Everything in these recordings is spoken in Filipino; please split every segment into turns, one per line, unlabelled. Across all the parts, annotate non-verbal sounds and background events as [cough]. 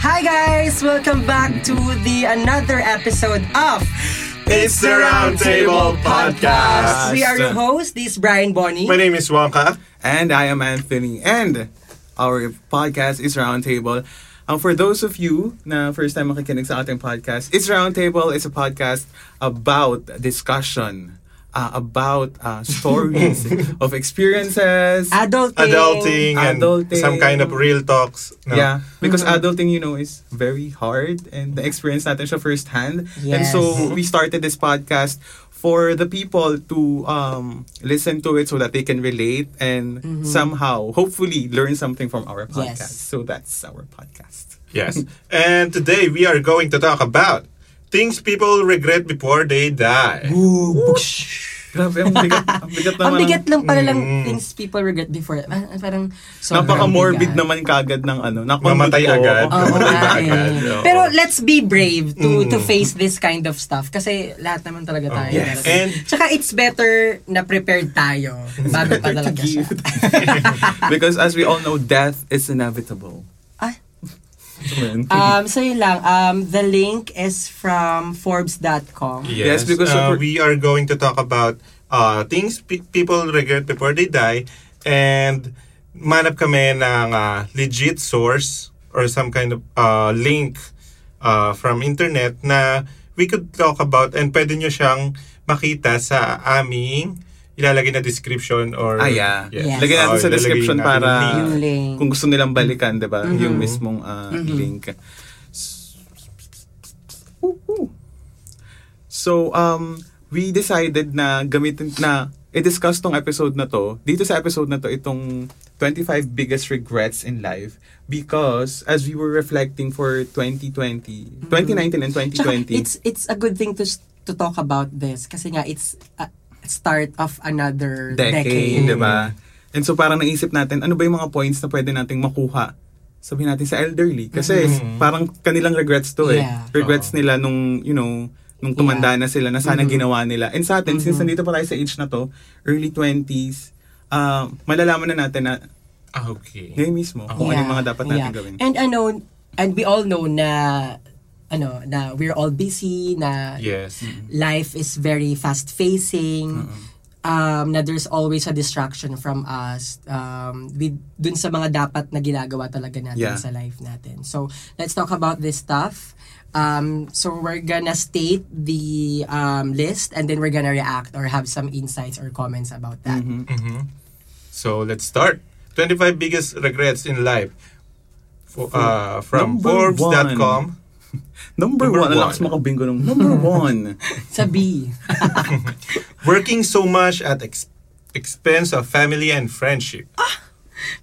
Hi guys! Welcome back to the another episode of
It's the Roundtable Podcast.
We are your hosts, this is Brian Bonnie.
My name is Wonka.
And I am Anthony. And our podcast is Roundtable. Um, for those of you na first time makikinig sa ating podcast, It's Roundtable is a podcast about discussion, uh, about uh, stories of experiences.
Adulting.
Adulting and
Adulting.
some kind of real talks. no? Mm-hmm.
Yeah, because adulting, you know, is very hard and na-experience natin siya firsthand. And
Yes.
so we started this podcast for the people to um, listen to it so that they can relate and somehow, hopefully, learn something from our podcast.
Mm-hmm. Yes.
So that's our podcast.
Yes. and today we are going to talk about things people regret before they die.
Ooh,
Grabe, ang
[laughs]
bigat, ang bigat naman.
Ang bigat lang pala lang
Mm.
things people regret before. Ah, Parang sobrang
Napaka-morbid
bigat.
naman kagad ng ano. nakonvert
Mamatay
ko.
agad. [laughs]
Oo
Mamatay
nga eh.
agad. Oo.
Pero let's be brave to to face this kind of stuff kasi lahat naman talaga tayo.
Mm. Oh, yes.
Talaga.
And-
Tsaka it's better na prepared tayo bago
[laughs]
pa
To
talaga siya.
give. [laughs] because as we all know, death is inevitable. [laughs]
Ah.
Amen.
Um, so yun lang. Um, the link is from Forbes.com.
Yes, because
uh,
super-
we are going to talk about uh, things pe- people regret before they die and manap kami ng uh, legit source or some kind of uh, link uh, from internet na we could talk about and pwede nyo siyang makita sa aming ilalagay na description or
Ah, yeah.
Yes.
Yes.
Lagyan
Oh,
natin sa
ilalagay
description
natin
para
yung
Yung link. Mm-hmm.
kung gusto nilang balikan, di ba? Yung mismong ah, link. Woohoo. So, um, we decided na gamitin na i-discuss tong episode na to. Dito sa episode na to, itong 25 biggest regrets in life because as we were reflecting for 2020, 2019 and
Mm-hmm. Tsaka
2020.
it's it's a good thing to s- to talk about this kasi nga it's a start of another
decade, diba?
decade.
di ba? And so parang naisip natin, ano ba yung mga points na pwede nating makuha? Sabihin natin sa elderly. Kasi parang kanilang regrets to eh.
Mm-hmm. Yeah.
Regrets nila nung, you know, nung tumanda na sila, na
Mm-hmm.
sana ginawa nila. And sa atin, since nandito pa tayo sa age na to, early 20s, ah, malalaman na natin na
Ah, okay.
ngayon mismo, kung ano yung mga dapat natin gawin.
And ano, and we all know na ano, na we're all busy, na
Yes.
life is very fast facing. Um, na there's always a distraction from us um, with dun sa mga dapat na ginagawa talaga natin
Yeah.
sa life natin. So, let's talk about this stuff. Um, so, we're gonna state the um, list and then we're gonna react or have some insights or comments about that.
Mm-hmm.
So let's start. 25 biggest regrets in life. For, uh, from
Number one.
Forbes.com.
Number,
Number
one,
one.
alam ko makabingo nung number
[laughs]
one.
Sa
[laughs]
B.
Working so much at ex- expense of family and friendship.
Ah.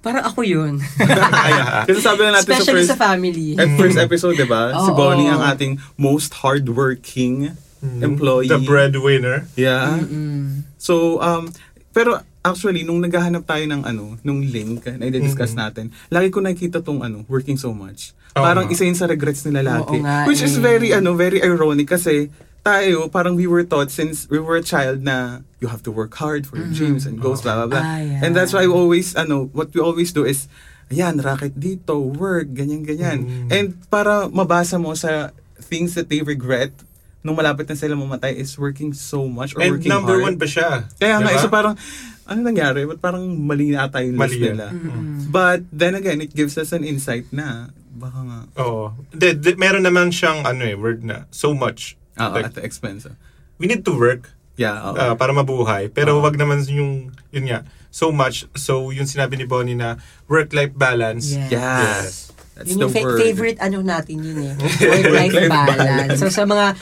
Para ako yun.
Kaya, kasi sabi na natin
Especially sa
sa first,
family.
At first episode, di ba? si
Oo.
Bonnie ang ating most hardworking employee.
Mm-hmm. The breadwinner.
Yeah. So, um, pero actually, nung naghahanap tayo ng ano, nung link na i-discuss natin, lagi ko nakikita tong ano, working so much.
Oo
parang
nga.
isa yun sa regrets nila lagi.
Oo nga
Which is
eh.
very, ano, very ironic kasi tayo, parang we were taught since we were a child na you have to work hard for your dreams and goals, blah, blah, blah.
Mm-hmm. Ah, yeah.
And that's why we always, ano, what we always do is, ayan, racket dito, work, ganyan, ganyan.
Mm.
And para mabasa mo sa things that they regret nung malapit na sila mamatay is working so much or
And
working
number one
hard.
pa siya.
Kaya nga,
Diba?
so parang, ano nangyari? Ba't parang mali na ata yung list
Mali yun.
nila? But then again, it gives us an insight na baka nga,
Oo. De, de, meron naman siyang ano eh, word na so much.
ah,
Like,
at the expense. ah.
we need to work
Yeah, oo.
ah, para mabuhay. Pero wag naman yung, yun nga, so much. So yung sinabi ni Bonnie na work-life balance.
Yes.
yes.
Yes.
That's
Yun
the
yung fa-
word.
favorite ano natin yun eh. Work-life
Work-life balance.
balance. So sa mga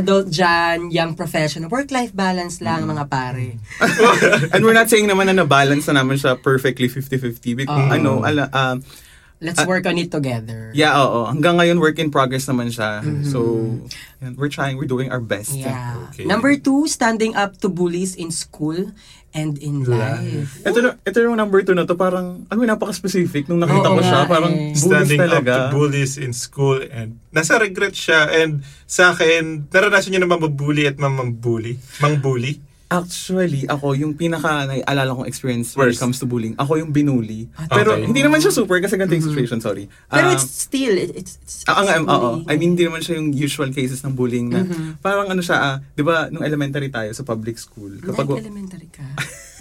adult dyan, young professional, work-life balance lang
Mm.
mga pare.
[laughs] Ah, And we're not saying naman na nabalance na naman siya perfectly 50-50. Because,
Oo.
ano, ala, um,
Let's work on it together.
yeah, oo. Hanggang ngayon, work in progress naman siya. So, yan, we're trying, we're doing our best.
Mm-hmm. Yeah.
Okay.
Number two, standing up to bullies in school and in life.
Ito, na- ito yung number two na to, parang, alam mo, napaka-specific. Nung nakita
Oo
ko siya,
nga
parang
eh.
bullies
standing up
talaga.
to bullies in school and nasa regret siya and sa akin naranasan niya na mamabully at mamambully mangbully
Actually, ako, yung pinaka naialala kong experience when it
Worst.
comes to bullying, ako yung binuli. Pero
Okay.
hindi naman siya super kasi ganito yung situation, sorry.
Ah, Mm-hmm. Pero
Ah,
it's still, it- it's, it's,
Ah, nga,
it's
um, oo.
bullying. Mm-hmm.
I mean, hindi naman siya yung usual cases ng bullying na parang ano siya, ah, 'di ba, nung elementary tayo sa public school, kapag
Like elementary
[laughs]
ka.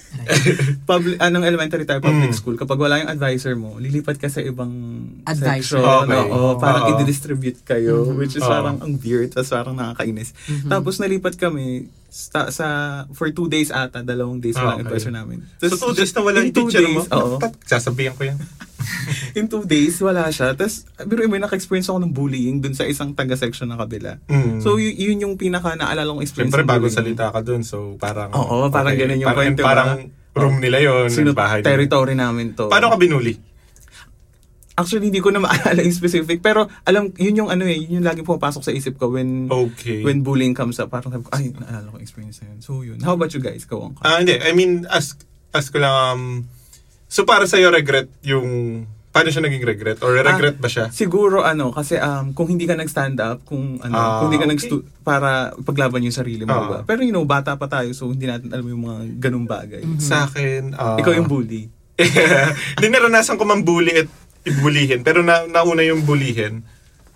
Aray.
public anong elementary tayo public
Mm.
school, kapag wala yung advisor mo, lilipat ka sa ibang
Advisor.
section.
Okay.
Oo, parang
Oo.
i-distribute kayo, which is
Oo.
parang ang weird, tapos parang nakakainis. Tapos nalipat kami sa, sa for two days ata, dalawang days
Ah,
wala yung
Okay.
advisor namin.
So,
Tapos
two days
just
na wala
in
yung
two
teacher mo?
days, Oo.
Sasabihan
[laughs]
ko yan.
In two days, wala siya. Tapos, biro mo, naka-experience ako ng bullying dun sa isang taga-section ng kabila.
Mm.
So, y- yun yung pinaka naalala kong experience.
Siyempre,
ng
bagong
bullying.
salita ka dun. So, parang...
Oo, parang ganun yung
parang,
kwento,
Parang
ba?
room nila yun.
Sino,
bahay nila.
territory namin to.
Paano ka binuli?
Actually, hindi ko na maalala yung specific. Pero, alam, yun yung ano eh, yun yung lagi pumapasok sa isip ko when,
Okay.
when bullying comes up. Parang sabi ko, ay, naalala ko yung experience na yun. So, yun. How about you guys? Go on.
Ah, hindi. I mean, as, as ko lang, um, so para sa'yo, regret yung, paano siya naging regret? Or regret ba siya?
Ah, Siguro ano, kasi um, kung hindi ka nag-stand up, kung ano,
Ah,
kung hindi ka nag
okay.
para paglaban yung sarili mo,
Ah.
diba? Pero you know, bata pa tayo, so hindi natin alam yung mga ganung bagay.
Sa akin, ah,
Mm-hmm. Ikaw yung bully.
[laughs] Hindi naranasan ko man bully at ibulihin. Pero na, nauna yung bulihin.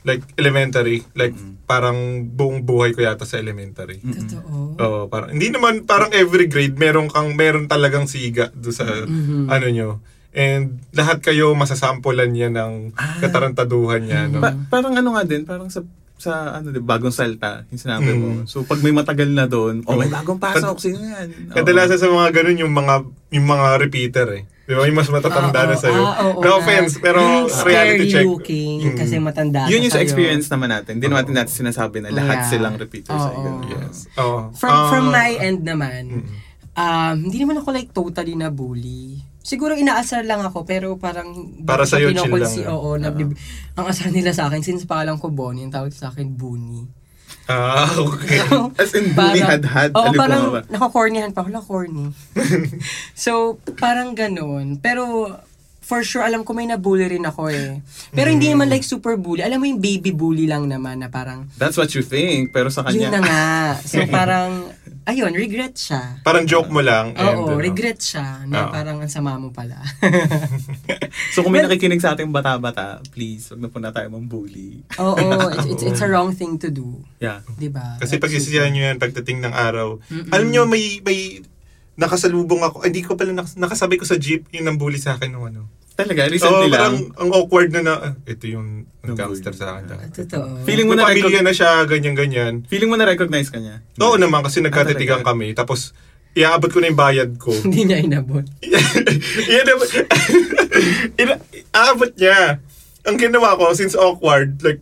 Like, elementary. Like, parang buong buhay ko yata sa elementary.
Mm. Totoo.
Oo, parang hindi naman parang every grade meron kang meron talagang siga do sa
Mm-hmm.
ano nyo. And lahat kayo masasampulan niya ng katarantaduhan niya no.
Pa- parang ano nga din, parang sa sa ano, diba, bagong salta, yung sinabi mo.
Mm-hmm.
So pag may matagal na doon, oh, may bagong pasok, sino yan? Oo.
Kadalasan sa mga ganun yung mga yung mga repeater eh. Di ba? Yung mas matatanda
Oo,
na sa'yo.
ah, oo,
no
na-
offense, pero ah,
Yung
reality
scary
check. Mm.
looking kasi matanda
Mm. Yun
na
yung sa
sa'yo.
experience naman natin. Hindi natin natin sinasabi na
Yeah.
lahat silang repeaters. ay,
Oo.
ganun.
Yes. Oo.
From,
Ah,
from my end naman, um, hindi naman ako like totally na bully. Siguro inaasar lang ako pero parang
Para
sa
sa'yo, chill
kinokonsi-
lang.
Oo, nabib- ang asar nila sa akin since pangalan ko Bonnie, ang tawag sa akin Boonie.
Ah, [laughs] okay.
As in, bully had-had,
Oo,
alibawa
parang
ba?
nakakornihan pa. Wala, corny. so, parang ganun. Pero, for sure, alam ko may nabully rin ako eh. Pero hindi naman like super bully. Alam mo yung baby bully lang naman na parang,
That's what you think, pero sa
yun na
kanya,
nga. So, parang, ayun, regret siya.
Parang joke mo lang. and,
Oo,
ano.
regret siya na
Oo.
parang ang sama mo pala.
[laughs]
[laughs]
So kung may nakikinig sa ating bata-bata, please, wag na po na tayo mambully.
Oo, it's, it's, it's a wrong thing to do.
Yeah.
Diba?
Kasi pag isisiyahan nyo yan, pagdating ng araw, alam nyo, may, may nakasalubong ako, hindi ko pala nakas- nakasabay ko sa jeep, yung nambuli sa akin ng ano.
Talaga,
Oo,
recently lang.
parang ang awkward na na, ah, ito yung
Nambuli.
gangster sa akin.
Ah,
dati.
Totoo.
Feeling mo
May
na
pamilya
recognize,
na siya, ganyan-ganyan.
feeling mo na recognize ka niya?
Oo naman, kasi
Ah,
nagkatitigan
talaga?
kami. Tapos, iaabot ko na yung bayad ko.
[laughs]
[laughs]
hindi niya inabot.
Yan naman. [laughs] Ina- aabot niya. Ang ginawa ko, since awkward, like,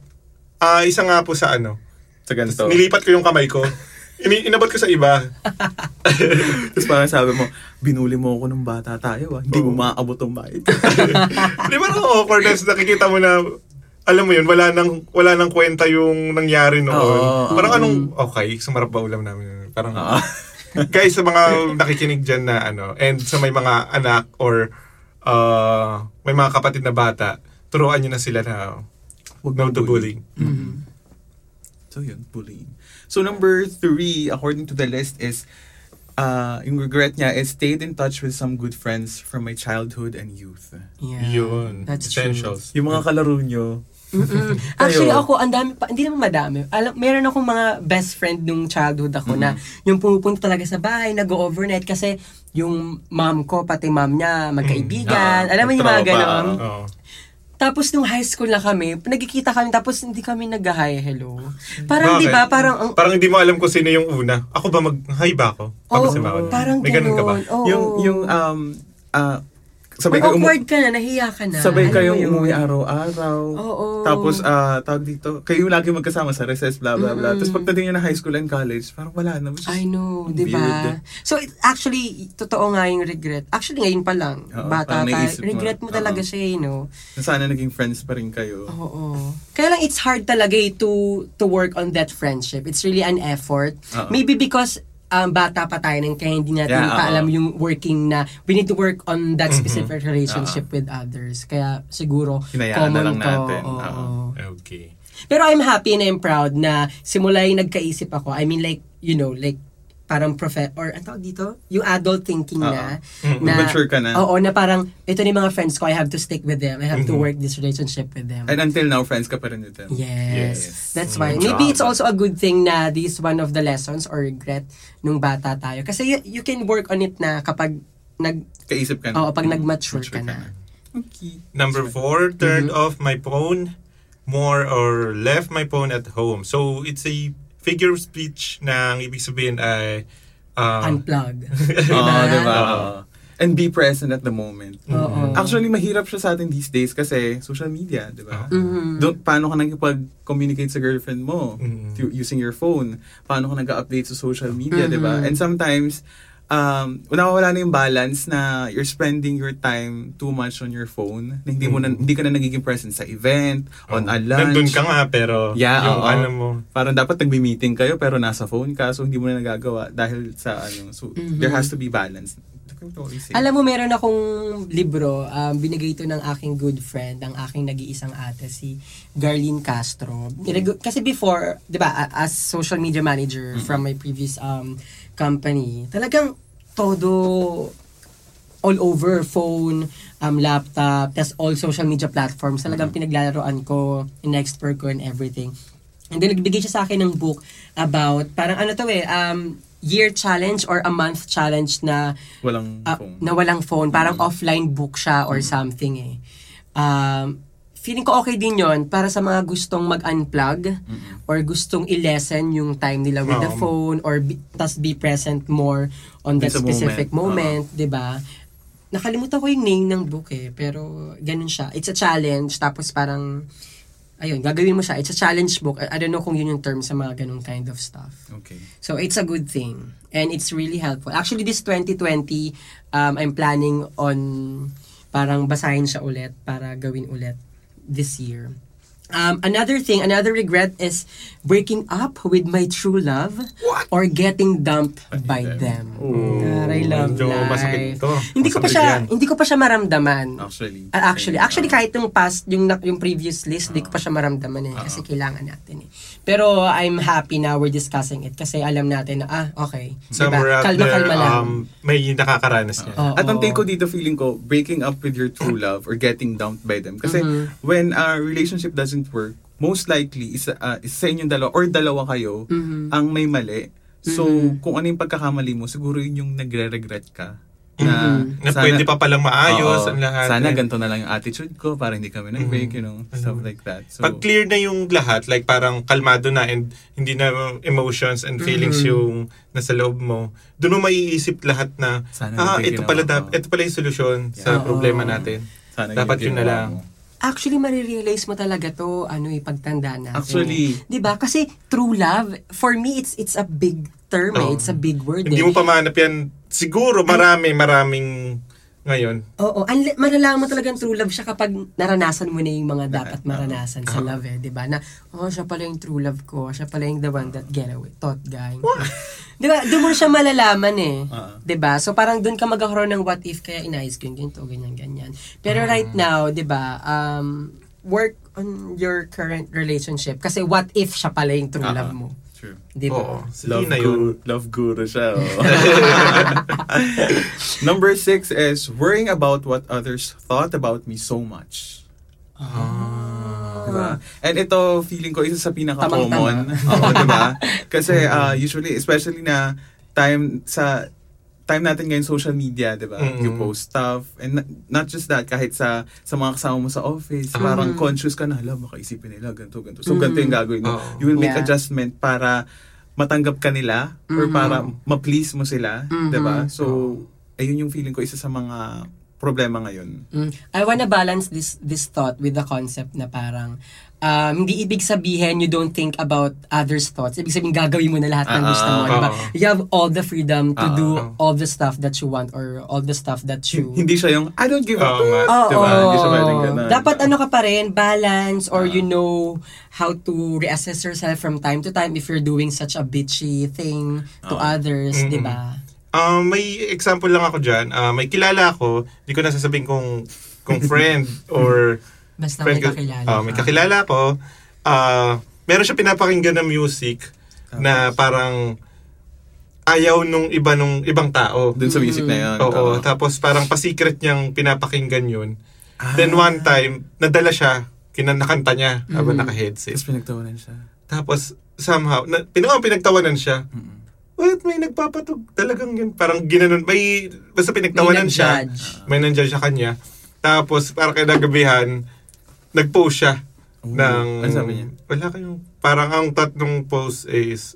ah isa nga po sa ano,
Sa ganito.
nilipat ko yung kamay ko. Ini inabot ko sa iba.
Tapos parang sabi mo, binuli mo ako nung bata tayo ah. Hindi mo maaabot ang [laughs] bayad.
Di ba nung awkward na nakikita mo na alam mo yun, wala nang wala nang kwenta yung nangyari noon.
Oo. Ah.
Parang anong okay, sumarap ba ulam namin? Parang
Oo.
guys sa mga nakikinig diyan na ano and sa may mga anak or uh, may mga kapatid na bata, turuan niyo na sila na
Wag
no to bullying.
mambully. So yun, bullying. So number three, according to the list, is uh, yung regret niya is stayed in touch with some good friends from my childhood and youth.
Yeah.
Yun.
That's true.
essentials.
Yung mga kalaro nyo.
[laughs]
Mm-mm. Actually, ako, ang dami pa, hindi naman madami. Alam, meron akong mga best friend nung childhood ako
Mm-hmm.
na yung pumupunta talaga sa bahay, nag-overnight kasi yung mom ko, pati mom niya,
Mm-hmm.
magkaibigan.
Ah,
Alam mo yung mga
nagtrabaho pa,
ganon.
ah.
Oo.
Tapos nung high school na kami, nagkikita kami tapos hindi kami nag-hi hello. Parang
Bakit?
'di ba, parang ang
Parang hindi mo alam kung sino yung una. Ako ba mag hi ba ako? Tapos
Oo,
si
Oh,
Maon.
parang
May ganun ka ba?
ganun. Oo.
Yung, yung, um, ah,
May
sabay kayo umu-
awkward ka na, nahiya ka na.
Sabay
Alam
kayong
mo yun?
umuwi ah. araw-araw.
Oo.
Tapos, ah, tawag dito, kayo lagi magkasama sa recess, blah, blah, blah. Tapos pagdating nyo na high school and college, parang wala na. Which is
I know,
weird.
di ba? So, it, actually, totoo nga yung regret. Actually, ngayon pa lang,
Oo,
bata
parang
tayo,
naisip mo.
regret mo talaga
Oo.
siya, you know?
Sana naging friends pa rin kayo.
Oh. Oo. Kaya lang, it's hard talaga eh, to, to work on that friendship. It's really an effort.
Oo.
Maybe because um, bata pa tayo nang kaya hindi natin pa
Yeah, oo. Mm-hmm.
alam yung working na we need to work on that specific relationship with others. Kaya siguro,
Hinayaan
common
na lang
to.
natin.
Oo.
Oo.
Okay.
Pero I'm happy and I'm proud na simula yung nagkaisip ako. I mean like, you know, like parang profe or ang tawag dito, yung adult thinking na,
Mm,
na
mature ka na.
Oo, na parang ito na yung mga friends ko, I have to stick with them. I have to work this relationship with them.
Mm-hmm. And until now, friends ka pa rin with them.
Yes.
Yes. Mm-hmm.
That's
Mm,
why. Maybe
grabe.
it's also a good thing na this is one of the lessons or regret nung bata tayo. Kasi you, you can work on it na kapag nag
Kaisip ka na. Hmm.
oo, pag nag-mature ka
Mm-hmm. Mature
na.
Okay.
Number four, turned
Mm-hmm.
off my phone more or left my phone at home. So it's a figure of speech na ang ibig sabihin ay uh, [laughs]
[laughs]
Unplug.
Oo,
Diba?
diba? Oo. And be present at the moment.
Oo.
Actually, mahirap siya sa atin these days kasi social media, di ba?
Mhm.
Don't, paano ka nagpag-communicate sa girlfriend mo
Mm.
through- using your phone? Paano ka nag-update sa social media, di ba?
Mhm.
And sometimes, um, nawawala na yung balance na you're spending your time too much on your phone. Na hindi, mo na,
Mm.
hindi ka na nagiging present sa event, on a lunch.
nandun ka nga pero
Yeah,
yung
oo.
ano mo.
Parang dapat nagbi-meeting kayo pero nasa phone ka so hindi mo na nagagawa dahil sa ano. So,
Mhm.
there has to be balance. Totally safe.
Alam mo, meron akong libro, um, binigay ito ng aking good friend, ang aking nag-iisang ate, si Garlene Castro. Iregu- Kasi before, di ba, a- as social media manager from my previous um, company, talagang todo all over, phone, um, laptop, tas all social media platforms. Talagang pinaglalaroan ko, in-expert ko and everything. And then, nagbigay siya sa akin ng book about, parang ano to eh, um, year challenge or a month challenge na
Walang
Ah,
phone.
na walang phone. Parang offline book siya or something eh. Um, feeling ko okay din yon para sa mga gustong mag-unplug or gustong i-lessen yung time nila with the
Oo.
phone or be, tas be present more on
Dun
that
sa
specific moment,
moment.
'di ba? Nakalimutan ko yung name ng book eh, pero ganun siya. It's a challenge tapos parang ayun, gagawin mo siya. It's a challenge book. I, I don't know kung yun yung term sa mga ganung kind of stuff.
Okay.
So it's a good thing and it's really helpful. Actually this 2020 um I'm planning on parang basahin siya ulit para gawin ulit this year. Um, another thing, another regret is breaking up with my true love or getting dumped by them. Taray, love
Ano Oh, medyo
life.
masakit to.
Hindi ko pa
Masakit
siya, Diba?
yan.
hindi ko pa siya maramdaman.
Actually.
Ah, Actually,
same.
actually kahit yung past, yung nak- yung previous list, di ko pa siya maramdaman eh
Ah.
kasi kailangan natin eh. Pero I'm happy na we're discussing it kasi alam natin na ah, okay.
Somewhere out
kalma,
there,
kalma lang.
um, may nakakaranas niya.
Oo.
At ang take ko dito feeling ko, breaking up with your true love or getting dumped by them. Kasi
Mm-hmm.
when a relationship doesn't work, most likely isa, ah, isa sa inyong dalawa or dalawa kayo
Mm-hmm.
ang may mali. So, kung ano yung pagkakamali mo, siguro yun yung nagre-regret ka. Na,
Mm-hmm.
na pwede pa palang maayos
Oo.
ang lahat. And-
Sana ganito na lang yung attitude ko para hindi kami nag-break, you know, stuff like that.
Mm-hmm.
So,
Pag clear na yung lahat, like parang kalmado na and hindi na emotions and feelings
Mm-hmm.
yung nasa loob mo, doon mo maiisip lahat na,
Sana
ah, ito
natigil
pala,
ako."
dap- ito pala yung solusyon
Yeah.
sa problema
Oo.
natin.
sana
dapat yun na
ginawa
lang.
mo.
Actually, marirealize mo talaga to, ano eh, pagtanda natin.
Actually.
'Di ba? Kasi true love, for me, it's it's a big term eh.
Oo.
It's a big word
Oh.
eh.
Hindi mo pa mahanap yan. Siguro marami, maraming ngayon.
Oo, unli- malalaman mo talaga ang true love siya kapag naranasan mo na yung mga dapat maranasan sa love eh, di ba? Na, oh, siya pala yung true love ko, siya pala yung the one that get away, thought guy. [laughs] di ba? Doon mo siya malalaman eh,
Ah.
di ba? So parang doon ka magkakaroon ng what if, kaya inayos ko yung ganito, ganyan, ganyan.
Ah.
Pero right now, di ba, um, work on your current relationship kasi what if siya pala yung true
Ah,
love mo,
True.
di ba?
Oo. Sige
Love
na
guru,
yun.
love guru siya. [laughs] oh. Number six is worrying about what others thought about me so much.
Ah.
Diba? And ito, feeling ko, isa sa pinaka-common.
Tamang-tama.
[laughs] Oo,
[laughs]
diba? Kasi uh, usually, especially na time sa time natin ngayon social media, 'di ba?
Mm.
You post stuff and n- not just that kahit sa sa mga kasama mo sa office, parang conscious ka na, hala, baka isipin nila ganito ganito. So ganito yung gagawin mo.
Oo.
You will make
Yeah.
adjustment para matanggap ka nila or para ma-please mo sila, 'di ba? So ayun yung feeling ko isa sa mga problema ngayon.
Mm. I wanna balance this this thought with the concept na parang um, hindi ibig sabihin you don't think about others' thoughts. Ibig sabihin gagawin mo na lahat ng
Ah,
gusto mo.
ah,
diba?
ah.
You have all the freedom to
Ah,
do
ah.
all the stuff that you want or all the stuff that you...
Hindi siya yung I don't give up.
Oo nga.
[laughs] Oo.
diba? Hindi siya pwedeng ganun.
Dapat ano ka pa rin, balance or
Ah.
you know how to reassess yourself from time to time if you're doing such a bitchy thing to
Ah.
others,
Mm-mm.
di ba?
Um, may example lang ako dyan. Ah, may kilala ako, hindi ko nasasabihin kung, kung friend
[laughs]
or
Basta may
friend ko-
kakilala.
Ah, may kakilala ko. Ah,
Ah.
meron siya pinapakinggan na music na parang ayaw nung iba nung ibang tao. Mm.
Dun sa music na yun.
Oo, tapos parang pa-secret niyang pinapakinggan yun. Then
Ah.
one time, nadala siya, kinanakanta niya habang
Tapos
naka-headset.
pinagtawanan siya.
Tapos somehow, na, pin, oh, pinagtawanan siya. What? May nagpapatog talagang yun. Parang ginanon. May, basta pinagtawanan
May
siya. Ah.
nag-judge.
May nandiyan siya kanya. Tapos, parang kinagabihan, nag-post siya.
Ooh.
ng,
Ano sabi niya?
Wala kayong, parang ang tatlong post is,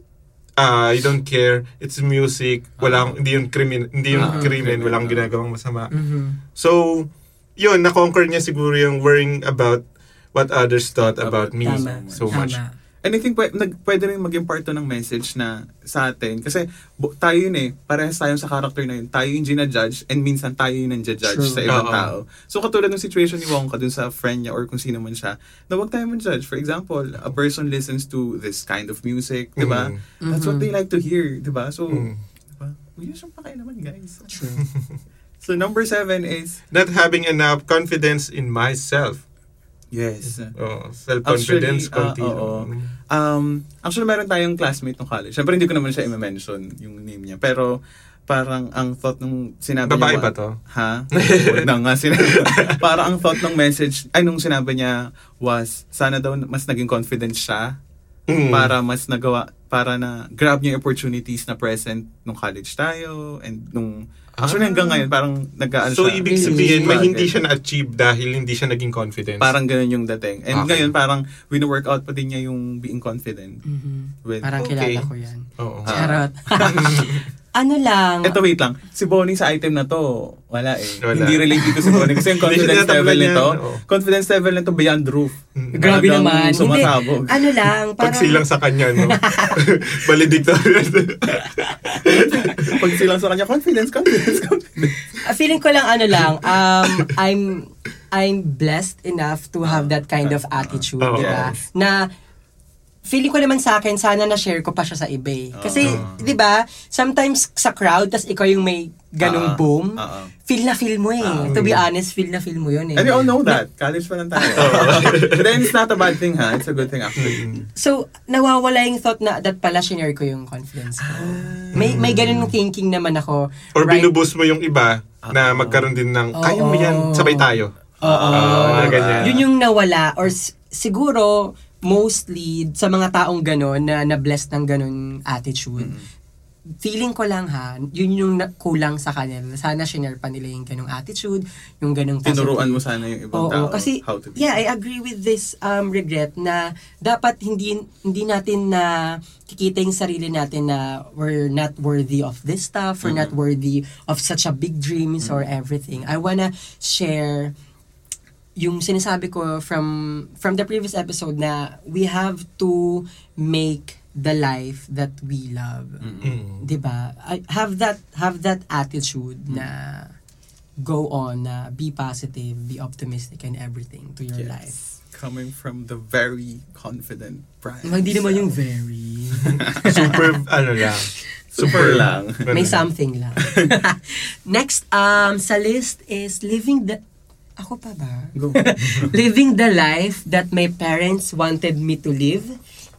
ah, I don't care, it's music, wala, akong- hindi yung krimen, hindi yung
Ah,
krimen,
krimen,
wala akong
ah.
ginagawang masama.
Mhm.
So, yun, na-conquer niya siguro yung worrying about what others thought about me
Tama.
so
Tama.
much.
And I think pwe- nag, pwede rin maging part to ng message na sa atin. Kasi bu- tayo yun eh, parehas tayong sa character na yun. Tayo yung ginajudge and minsan tayo yung nanjajudge
True.
sa ibang
Oo.
tao. So katulad ng situation ni Wongka dun sa friend niya or kung sino man siya, na huwag tayo manjudge. For example, a person listens to this kind of music, di ba?
Mm.
That's what they
Mm-hmm.
like to hear, di ba? So,
Mm.
di ba? Huwag yun siyang pakialaman, guys.
True.
So number seven is,
[laughs] Not having enough confidence in myself.
yes.
Oh, self-confidence
Actually,
konti. oh.
ah, oo. Um, actually, meron tayong classmate ng college. Siyempre, hindi ko naman siya i-mention yung name niya. Pero, parang ang thought nung sinabi
Babae
niya...
ba to? [laughs]
Ha? Huwag na nga sinabi. [laughs] parang ang thought ng message, ay, nung sinabi niya was, sana daw mas naging confident siya
Mm.
para mas nagawa, para na grab niya yung opportunities na present nung college tayo and nung... Actually,
Ah.
hanggang ngayon, parang nag-aal
So,
Ano siya.
ibig
Yes.
sabihin, may hindi
Bagay.
siya na-achieve dahil hindi siya naging confident.
Parang ganun yung dating. And
Okay.
ngayon, parang wino-workout pa din niya yung being confident.
Mhm.
With,
Parang
Okay.
kilala ko yan.
Oo.
Ah.
Charot. [laughs] ano lang.
Eto, wait lang. Si Bonnie sa item na to, wala eh.
Wala.
Hindi related to si Bonnie. Kasi
[laughs]
yung
Hindi siya
confidence
tinatablan
level nito,
yan, oo.
confidence level nito beyond roof.
Mm.
Grabe
Talagang
naman. Hindi.
Sumasabog.
Ano lang. Parang,
Pagsilang sa kanya,
[laughs]
no? Valedictorian.
[laughs] Pag silang sa kanya, confidence, confidence, confidence.
Ah, feeling ko lang ano lang. Um, I'm I'm blessed enough to have that kind of attitude,
Oo.
di ba?
Oh, Yes.
Na feeling ko naman sa akin, sana na-share ko pa siya sa eBay. Kasi,
Oh.
di ba, sometimes sa crowd, tas ikaw yung may ganong
Ah,
boom,
ah. mm.
feel na feel mo eh. to be honest, feel na feel mo yun eh.
And we all know that. College pa lang
[laughs]
tayo. Then it's not a bad thing ha. It's a good thing actually.
Mm-hmm.
So, nawawala yung thought na that pala shinare ko yung confidence ko. May, may ganun thinking naman ako.
Ah. Or
right?
binubus mo yung iba
Ah,
na magkaroon din ng, kaya mo yan, sabay tayo.
Oo.
Ah, ganyan.
Yun yung nawala or s- siguro mostly sa mga taong gano'n na na-blessed ng gano'n attitude. Feeling ko lang ha, yun yung na- kulang sa kanila. Sana shinare pa nila yung ganong attitude, yung ganong
Tinuruan mo sana yung ibang
Oo,
tao.
kasi
how to be.
yeah, I agree with this um, regret na dapat hindi hindi natin na kikita yung sarili natin na we're not worthy of this stuff, we're not worthy of such a big dreams or everything. I wanna share yung sinasabi ko from from the previous episode na we have to make the life that we love.
Mm.
'Di ba? I- Have that have that attitude
Hmm.
na go on na be positive, be optimistic and everything to your
Yes.
life.
Coming from the very confident Brian.
Hindi naman yung very.
Super, [laughs] ano lang.
Super lang.
May something
[laughs]
lang. Next um sa list is living the ako pa
[laughs]
ba?
Go.
living the life that my parents wanted me to live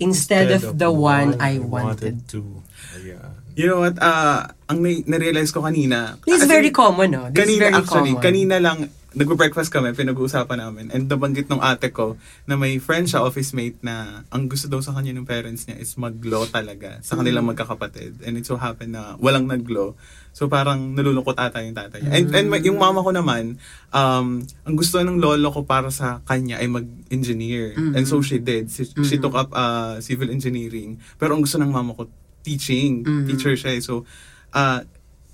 instead, of, the one, I wanted.
to. Ayan.
[laughs] You know what? ah ang na- narealize ko kanina.
This is
as
very
in,
common, no? This is
kanina
very
actually,
common.
kanina lang, nagbe-breakfast kami, pinag-uusapan namin, and nabanggit nung ate ko na may friend siya, office mate, na ang gusto daw sa kanya ng parents niya is mag-law talaga sa
Hmm.
kanilang magkakapatid. And it so happened na walang nag-law. So parang nalulungkot ata yung tatay niya. And, and ma- yung mama ko naman, um, ang gusto ng lolo ko para sa kanya ay mag-engineer. And so
Hmm.
she did. She, she took up uh, civil engineering. Pero ang gusto ng mama ko, teaching.
Hmm.
Teacher siya eh. So, uh,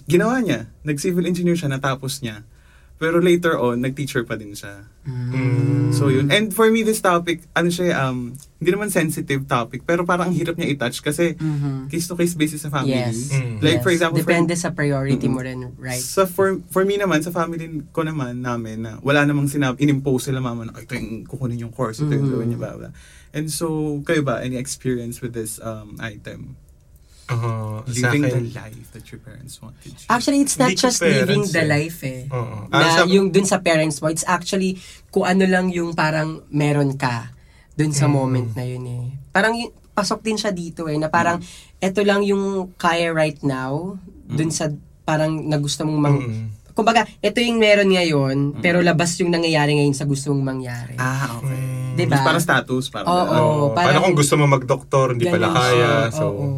ginawa niya. Nag-civil engineer siya, natapos niya. Pero later on, nag-teacher pa din siya.
Mm.
So yun. And for me, this topic, ano siya, eh, um, hindi naman sensitive topic, pero parang ang hirap niya i-touch kasi case-to-case basis sa family.
Mm-hmm. Yes.
Mm.
Like
Yes.
for example, for-
depende sa priority mo rin, right?
sa for, for me naman, sa family ko naman, namin, na wala namang sinab inimpose sila mama na, "Ay, ito yung kukunin yung course, ito yung gawin niya,
Mm-hmm.
blah, blah. And so, kayo ba, any experience with this um, item?
Oo, sa
Living the
akin.
life that your parents wanted you.
Actually, it's not
Hindi ko
just living
parents
the
eh.
life eh.
Oo.
Na
Ah, sa-
yung dun sa parents mo, it's actually
Mm.
kung ano lang yung parang meron ka dun sa moment na yun eh. Parang yun- pasok din siya dito eh, na parang
Mm.
eto lang yung kaya right now, dun sa parang na gusto mong mang...
Mm.
Kumbaga, ito yung meron ngayon, pero labas yung nangyayari ngayon sa gusto mong mangyari.
Ah, okay.
Diba?
Parang status. Parang
Oo.
ganun.
Oo, paano
parang-
kung gusto mo mag-doktor, hindi pala
Ganun
kaya.
siya,
So,
oo.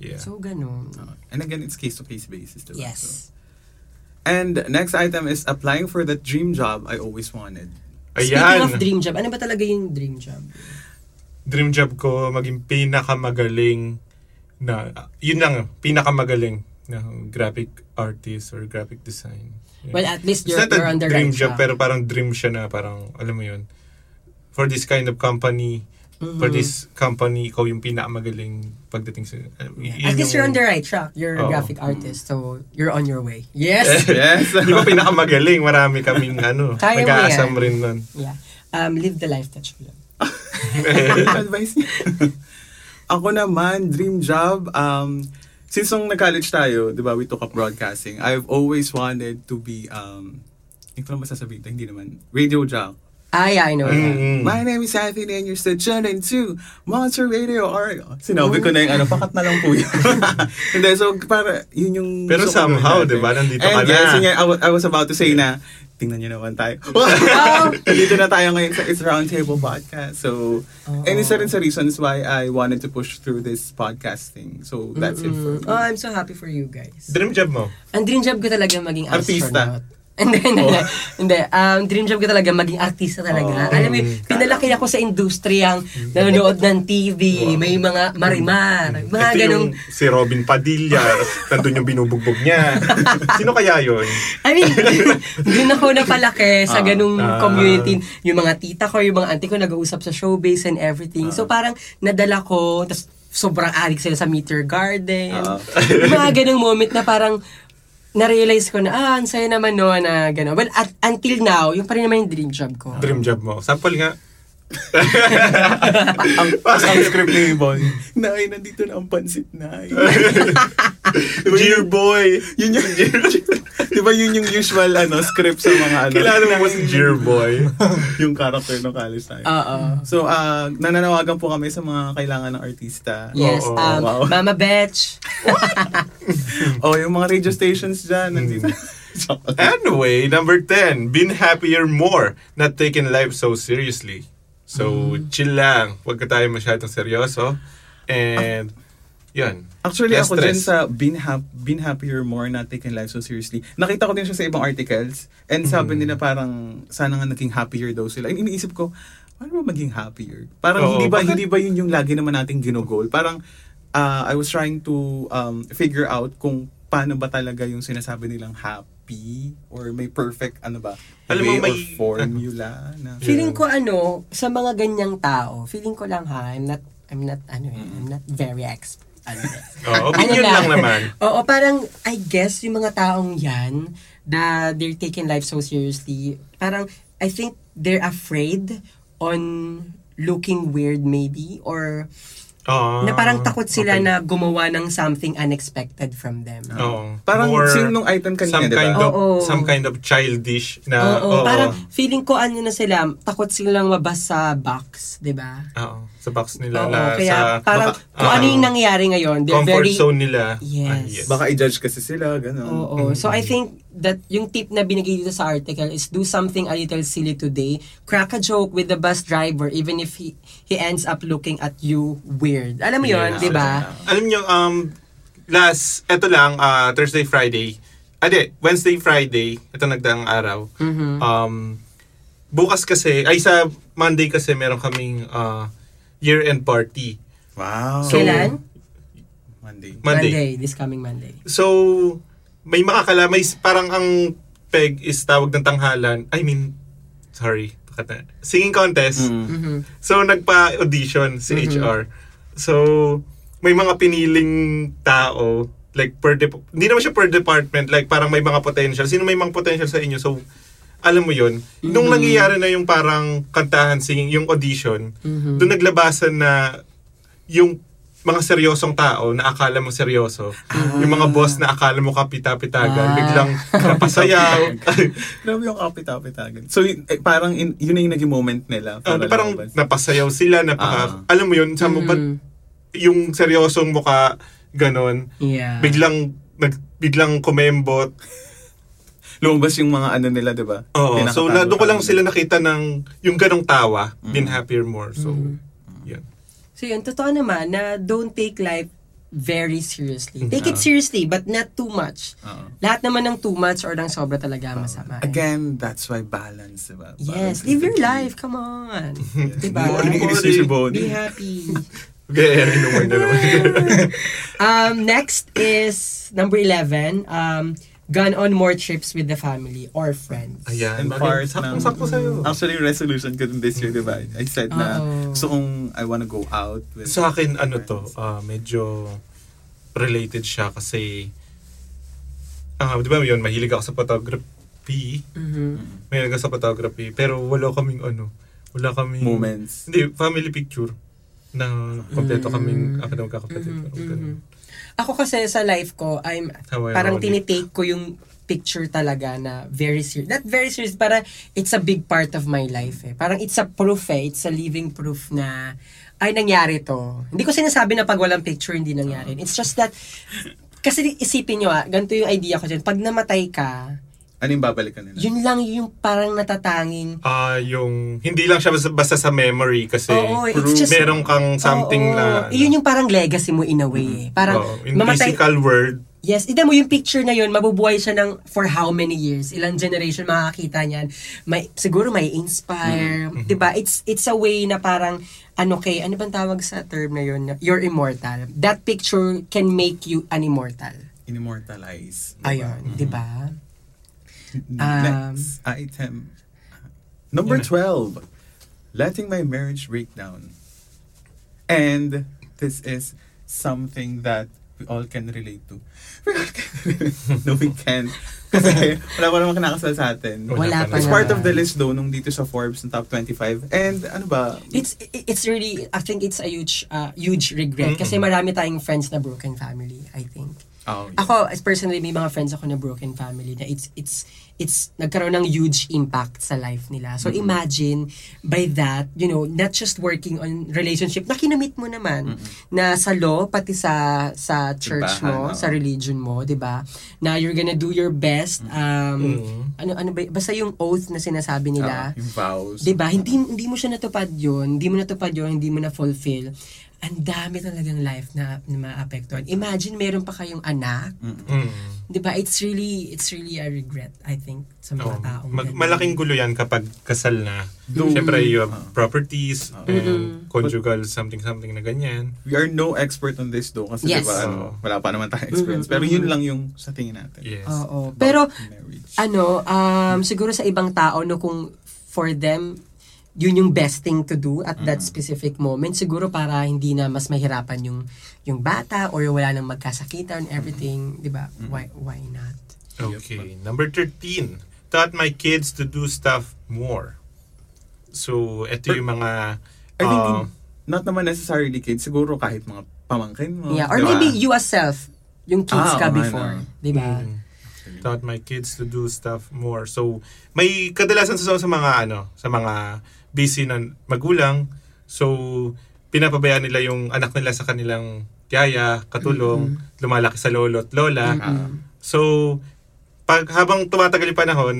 yeah.
So, ganun.
And again, it's case-to-case basis. diba? So,
Yes.
And next item is applying for that dream job I always
[laughs]
wanted.
Speaking
Ayan.
of dream job, ano ba talaga yung dream job?
dream job ko maging pinakamagaling na yun lang pinakamagaling na graphic artist or graphic design. Yeah.
Well, at least
It's
you're,
not a
you're on the
dream
right
job
track.
pero parang dream siya na parang alam mo yun. For this kind of company, for this company ikaw yung pinakamagaling pagdating sa uh,
At least you're on the right track. You're a
Oo. Eh?
graphic artist, so you're on your way. Yes!
Yes.
Di ba pinakamagaling? Marami kaming ano,
Kaya mo yan.
nag-aasam rin nun.
yeah. Um, live the life that you love.
advice niya. [laughs] Ako naman, dream job, um, since nung nag-college tayo, di ba, we took up broadcasting, I've always wanted to be, um, hindi ko lang masasabihin ito, hindi naman, radio jock.
Ah, yeah, I know that.
Mm.
My name is Anthony and you're still tuning to Monster Radio or sinabi ko na yung ano, pakat na lang po
[laughs]
yun. Hindi, so para yun yung...
Pero
gusto ko gawin
somehow,
natin.
di ba, nandito
And
ka na.
yes, yun nga, I, wa- I was about to say na, tingnan nyo naman tayo.
Oh.
[laughs] Nandito na tayo ngayon sa It's Roundtable Podcast. So, and isa rin sa reasons why I wanted to push through this podcasting. So, that's it for
Mm.
me.
Oh, I'm so happy for you guys.
Dream job mo?
Ang dream job ko talaga maging
Artista.
astronaut. [laughs] Hindi, hindi,
Oh.
hindi. Hindi. Um, dream job ko talaga maging artista talaga. Alam mo, yun,
Mm.
pinalaki ako sa industriyang nanonood ng TV, may mga marimar, mga
Mm. Ito yung
ganong...
si Robin Padilla, nandun yung binubugbog
[laughs]
niya. Sino kaya yun?
I mean, [laughs] doon ako napalaki sa ganung
Ah.
community. Yung mga tita ko, yung mga auntie ko nag-uusap sa showbiz and
Ah.
everything. So parang nadala ko, tas sobrang adik sila sa Meteor Garden.
Ah.
Yung mga ganung moment na parang na-realize ko na, ah, ang saya naman no, na gano'n. Well, at, until now, yung pa rin naman yung dream job ko.
Dream job mo. Sample nga.
ang, [laughs] ang script ni Bon, Nay, nandito [laughs] na ang pansit, [laughs] Nay.
Dear boy!
Diba yun yung, [laughs] di ba yun yung usual ano, script sa mga ano.
Kilala mo ba si Dear boy?
[laughs] yung character ng college tayo.
Oo.
so, ah, nananawagan po kami sa mga kailangan ng artista.
Yes,
Oo,
um,
wow. [laughs]
Mama Betch.
O, yung mga radio stations dyan, nandito. [laughs] Joke lang.
Anyway, number 10, been happier more, not taking life so seriously. So,
Mm.
chill lang. Huwag ka tayo masyadong seryoso. And, yun.
Actually,
Less
ako din
stress.
sa been, hap- been happier more, not taking life so seriously. Nakita ko din siya sa ibang articles. And sabi
Mm-hmm.
nila parang, sana nga naging happier daw sila. And iniisip ko, paano ba maging happier? Parang
Oo,
hindi, ba,
bakit?
hindi ba yun yung lagi naman nating ginugol? Parang, ah, I was trying to um, figure out kung paano ba talaga yung sinasabi nilang happy or may perfect ano ba
Alam mo,
way
may-
or
[laughs]
formula na
Feeling ko ano, sa mga ganyang tao, feeling ko lang ha, I'm not, I'm not, ano eh, I'm not very expert. Ano eh.
Oh, opinion
Ano
lang naman.
[laughs] Oo, parang I guess yung mga taong yan na they're taking life so seriously, parang I think they're afraid on looking weird maybe or
Oh,
na parang takot sila
okay. Oh,
na gumawa ng something unexpected from them.
Oo.
Parang
More
same nung item kanina,
some
di ba?
kind of
Oo.
some kind of childish na
Oo,
ah, oo.
parang feeling ko ano na sila, takot silang mabas sa box, 'di ba?
Oo, sa box nila
Oo,
na sa
kaya parang
baka-
kung ano yung
ah,
nangyayari ngayon, they're
comfort
very
zone nila.
Yes.
Ah, yes.
baka i-judge kasi sila
Mm,
ganun
Oo. So I think that yung tip na binigay dito sa article is do something a little silly today. Crack a joke with the bus driver even if he he ends up looking at you weird. Alam mo yun,
Yeah.
'di ba?
Alam nyo, um, last, eto lang, ah, Thursday, Friday, ade, Wednesday, Friday, ito nagdaang araw,
Mm-hmm.
um, bukas kasi, ay sa Monday kasi meron kaming ah, year-end party.
wow
So,
Kailan?
Monday
Monday.
this coming Monday.
So, may makakala, may s- parang ang peg is tawag ng tanghalan. I mean, sorry, bakit na? Singing contest.
Mhm.
So, nagpa-audition si HR. So, may mga piniling tao, like per dep- hindi naman siya per department, like parang may mga potential. Sino may mga potential sa inyo? So, alam mo yun. Nung nangyayari na yung parang kantahan, singing, yung audition, doon naglabasan na yung mga seryosong tao na akala mo seryoso. Yung mga boss na akala mo
Ah.
kapita-pitagan, biglang napasayaw. [laughs]
Grabe yung kapit-apitagan. So, yun, eh, parang in, yun na yung naging moment nila.
Ah,
para
parang
lumabas.
napasayaw sila, napaka,
Ah.
alam mo yun, sa mo, ba't
Mm.
yung seryosong muka, ganon,
Ah.
Yeah.
biglang, nag, biglang kumembot.
lumabas yung mga ano nila, di ba?
Oo,
Pinakatago
so na, doon ko lang
tayo.
sila nakita ng, yung ganong tawa,
Mm.
din happier more. So, yun.
So yun, totoo naman na don't take life very seriously. Take it seriously, but not too much.
Oo.
Lahat naman ng too much or ng sobra talaga masama. eh.
Again, that's why balance, di ba?
Yes, live your life, come
[laughs]
on. diba?
Morning,
Morning.
inis si Bonnie.
Be happy.
Okay, Erin, no more na naman.
[laughs] um, next is number 11, um, gone on more trips with the family or friends.
Ayan,
And
bakit?
part
Saktong
ng-
sakto sa'yo.
Actually, yung resolution ko dun this year, di ba? I said na,
Oo.
gusto kong I wanna go out with...
Sa akin, ano to, ah, medyo related siya kasi, ah, di ba yun, mahilig ako sa photography.
Mhm.
Mahilig ako sa photography, pero wala kaming ano, wala kaming...
moments.
Hindi, family picture na kompleto kaming
Mm.
ako na magkakapatid.
Mhm,
Parang ganun.
mhm. Ako kasi sa life ko, I'm
How
parang
ironic.
tinitake ko yung picture talaga na very serious. Not very serious, para it's a big part of my life eh. Parang it's a proof eh. It's a living proof na ay nangyari to. Hindi ko sinasabi na pag walang picture hindi nangyari.
Ah.
It's just that kasi isipin nyo ah, ganito yung idea ko dyan. Pag namatay ka,
Ano yung babalikan nila?
yun lang yung parang natatanging
Ah, yung hindi lang siya basta, basta sa memory kasi
Oo, it's
prove-
just-
meron kang something
Oo,
na ano. Mm-hmm.
Yun yung parang legacy mo in a way eh. Parang
Oo, in
mamatay,
physical world.
Yes, ida mo yung picture na yun, mabubuhay siya ng for how many years, ilang generation makakita niyan. May siguro may inspire,
Mm-hmm.
'di ba? It's it's a way na parang ano kay ano bang tawag sa term na yun? You're immortal. That picture can make you an immortal.
Diba?
Inimmortalize. di ba?
Ayun,
Mm-hmm.
'di ba? Um,
Next item. Number 12. Letting my marriage break down. And this is something that we all can relate to. [laughs] We all can relate. no, we can't.
[laughs]
Kasi wala pa naman kinakasal sa atin.
Wala pa
It's
It's
na.
part of the list though nung dito sa Forbes ng top 25. And ano ba?
It's it's really I think it's a huge uh, huge
Mm-hmm.
regret kasi marami tayong friends na broken family, I think.
Oh, yeah.
Ako, as personally, may mga friends ako na broken family na it's, it's, it's nagkaroon ng huge impact sa life nila. So, imagine by that, you know, not just working on relationship, na kinamit mo naman na sa law, pati sa, sa church mo,
Simbahan, oo.
sa religion mo, di ba? Na you're gonna do your best. Um,
Mhm.
Ano, ano ba? Basta yung oath na sinasabi nila. Diba?
Ah, yung vows.
'Di ba? Hindi hindi mo siya natupad 'yon, hindi mo natupad 'yon, hindi mo na fulfill. Ang dami talagang life na, na maapektuhan. Imagine meron pa kayong anak,
Mm.
'di ba? It's really it's really a regret, I think, sa mga
Oo.
taong
Mag-
ganun.
malaking gulo yan kapag kasal na.
Though-
Siyempre, you have
Ah.
properties and
Mm-mm.
conjugal something-something na ganyan.
We are no expert on this though kasi
Yes.
diba, ano, wala pa naman tayong experience.
Mhm,
Pero yun
mhm.
lang yung sa tingin natin.
Yes.
Oo.
About
Pero
marriage.
ano, um, siguro sa ibang tao no kung for them yun yung best thing to do at that specific moment siguro para hindi na mas mahirapan yung yung bata or wala nang magkasakitan and everything, 'di ba? Why why not?
Okay. Number 13. Taught my kids to do stuff more. So, ito yung mga...
I think
uh,
in- not naman necessarily kids, siguro kahit mga pamangkin mo.
Yeah, or
diba?
maybe you as self, yung kids
Ah,
ka
oo,
before,
ano.
'di ba?
Mm. taught my kids to do stuff more. So, may kadalasan sa, sa mga ano, sa mga busy na magulang. So, pinapabayaan nila yung anak nila sa kanilang yaya, katulong,
Mm-hmm.
lumalaki sa lolo at lola.
Ah,
So, pag habang tumatagal yung panahon,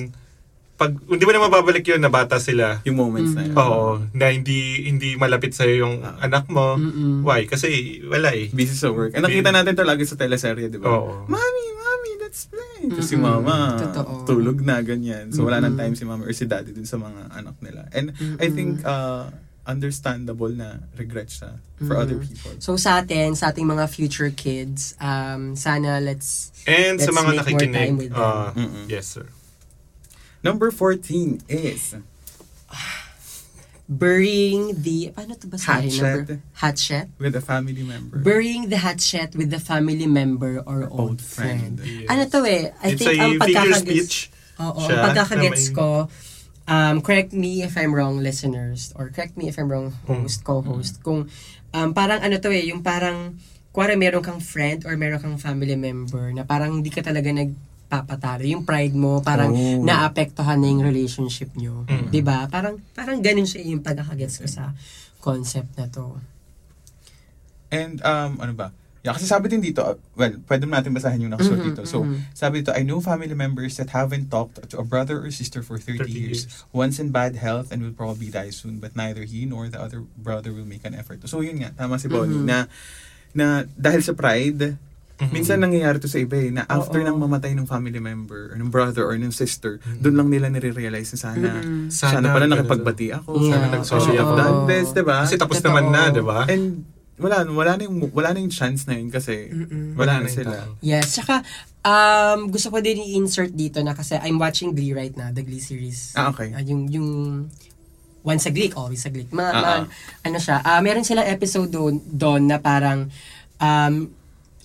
pag hindi mo na mababalik yun na bata sila.
yung moments na yun.
Mm-hmm. Oo, na hindi hindi malapit sa yung
Ah.
anak mo.
Mm-mm.
Why? Kasi wala eh.
Busy sa work. And nakita natin to lagi sa teleserye, di ba?
Oo.
Mami, mami, let's play. Tapos
Mm-mm.
si mama,
Totoo.
tulog na, ganyan. So wala nang
Mm-mm.
time si mama or si daddy dun sa mga anak nila. And I
Mm-mm.
think uh, understandable na regret siya for
Mm-mm.
other people.
So sa atin, sa ating mga future kids, um, sana let's
And sa
Let's make
mga
more time
nakikinig,
with them.
ah,
Mm-mm.
yes sir.
Number 14 is
burying the, paano to ba sa atin?
Hatchet.
Number- Hatchet?
with a family member.
Burying the hatchet with the family member or old,
Old friend.
friend. Ano to eh, I
It's
think
a
ang
figure
pagkakagets,
speech.
oo,
siya
ang pagkakagets
na may-
ko, um, correct me if I'm wrong, listeners, or correct me if I'm wrong,
Hmm.
host, co-host, kung um, parang ano to eh, yung parang, kuwari meron kang friend or meron kang family member na parang hindi ka talaga nagpapatalo. Yung pride mo, parang
Oh.
naapektuhan na yung relationship nyo.
Mm.
di ba Parang, parang ganun siya yung pagkakagets ko sa concept na to.
And um, ano ba? Yeah, kasi sabi din dito, uh, well, pwede natin basahin yung nakasulat
Mhm,
dito. So,
mhm.
sabi dito, I know family members that haven't talked to a brother or sister for 30,
30
years.
years.
Once in bad health and will probably die soon, but neither he nor the other brother will make an effort. So, yun nga, tama si
Mhm.
Bonnie, na, na dahil sa pride,
Mm-hmm.
minsan nangyayari to sa iba eh, na after
Oo.
nang mamatay ng family member, or ng brother, or ng sister, doon lang nila nare-realize na sana,
Mm-mm.
sana,
Sana
pala
ganun.
nakipagbati ako,
Mm-hmm. Yeah.
sana nag-sorry
Oo.
ako. Done this, diba? Eh,
Kasi tapos
Totoo.
naman na, diba? di ba?
And wala wala na yung wala na yung chance na yun kasi
Mm-mm.
Wala na
wala na
yung
sila.
tao.
Yes, tsaka um, gusto ko din i-insert dito na kasi I'm watching Glee right now, the Glee series.
Ah, okay.
Ah, yung, yung once a Gleek, always a Gleek. Ma,
Ah,
ma-
ah.
ano siya, ah, meron silang episode doon, doon na parang um,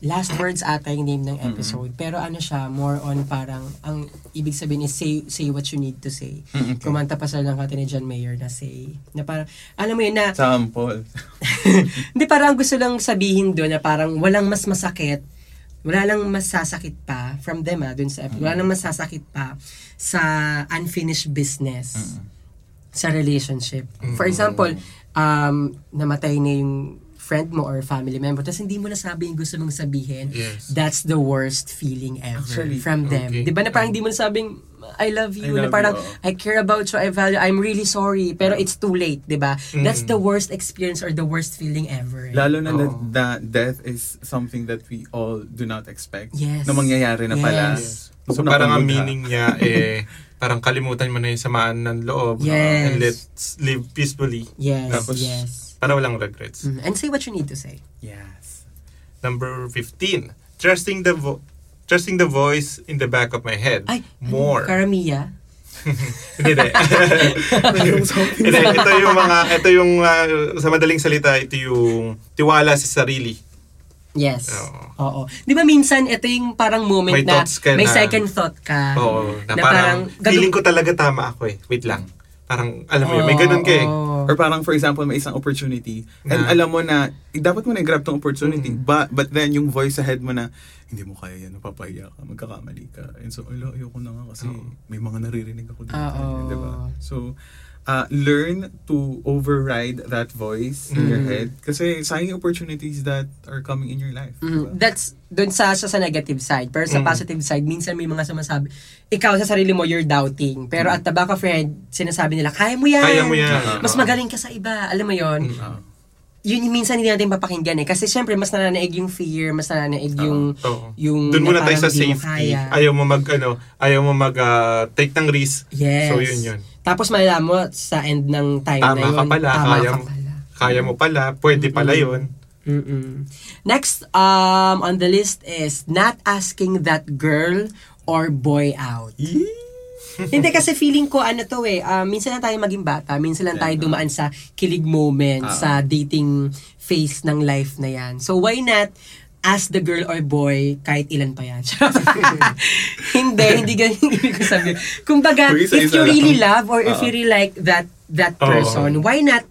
last words ata yung name ng episode. Pero ano siya, more on parang, ang ibig sabihin is say, say what you need to say.
Mm, okay.
Kumanta pa sila ng kanta ni John Mayer na say, na parang, alam mo yun na, [laughs]
Sample.
Hindi, parang gusto lang sabihin doon na parang walang mas masakit, wala lang masasakit pa from them ah, doon sa episode.
Mm.
Wala lang masasakit pa sa unfinished
Mm.
business, sa relationship. For example, um, namatay na yung friend mo or family member, tapos hindi mo nasabi yung gusto mong sabihin,
Yes.
that's the worst feeling ever
Actually, Um,
from them.
okay.
Di ba na parang hindi mo nasabing, I love you,
I
na
love
parang,
you, oo.
I care about you, I value, I'm really sorry, pero it's too late, di ba? That's
Mm.
the worst experience or the worst feeling ever. eh.
Lalo na
Oo.
that, that death is something that we all do not expect.
Yes.
Na mangyayari na pala.
Yes.
So, parang ang meaning
[laughs]
niya, eh, parang kalimutan mo na yung samaan ng loob.
Yes.
And let's live peacefully.
Yes,
Tapos,
yes.
Para walang regrets.
Mm, And say what you need to say.
Yes.
Number 15. Trusting the vo- trusting the voice in the back of my head.
Ay, ano,
More.
Karamiya. [laughs]
Hindi, hindi. Hindi, ito yung mga, ito yung, ah, sa madaling salita, ito yung tiwala sa sarili.
Yes.
Oo.
Oo. Di ba minsan, ito yung parang moment
May
na
thoughts ka
may
na.
second thought ka.
Oo.
Ah.
Na,
Na
parang,
parang, gagawin-
feeling ko talaga tama ako eh. Wait lang. Parang, alam mo yun, may ganun ka eh.
Oo.
Or parang for example, may isang opportunity.
Na-
And
Mm.
alam mo na, eh, dapat mo na-grab tong opportunity. But, but then yung voice ahead mo na, hindi mo kaya yan, napapahiya ka, magkakamali ka. And so, ala, ayoko na nga kasi may mga naririnig ako dito.
Ah, Oo.
Diba? So, uh, learn to override that voice in
Mm.
your head. Kasi sayang yung opportunities that are coming in your life. diba?
Mm, that's doon sa, sa sa negative side. Pero
Mm.
sa positive side, minsan may mga sumasabi, ikaw sa sarili mo, you're doubting. Pero at the back of your head, sinasabi nila, kaya mo yan.
Mm. Kaya mo yan. Uh-huh. Mm,
Mas
Oo.
magaling ka sa iba. Alam mo yon
Ah.
Yun yung minsan hindi natin papakinggan eh. Kasi syempre, mas nananaig yung fear, mas nananaig yung...
Uh-huh. Oo.
yung
Doon muna
na
tayo
parang
sa
di mo
safety.
kaya.
Ayaw mo mag, ano, ayaw mo mag ah, take ng risk.
Yes.
So, yun yun.
Tapos malalaman mo sa end ng time
Tama
na yun.
ka pala.
Tama
kaya,
ka
mo-
pala.
kaya mo pala. Pwede pala yun.
[laughs] Mm-mm. Next um, on the list is not asking that girl or boy out. Hindi kasi feeling ko ano to eh, ah, minsan lang tayo maging bata, minsan lang tayo dumaan sa kilig moment, sa dating phase ng life na yan. So why not ask the girl or boy kahit ilan pa yan. [laughs] hindi, hindi ganun yung ibig ko sabihin. Kumbaga,
Uy, isa-isa
if you really
lang. Ah.
love or if you really like that that
Oo.
person, why not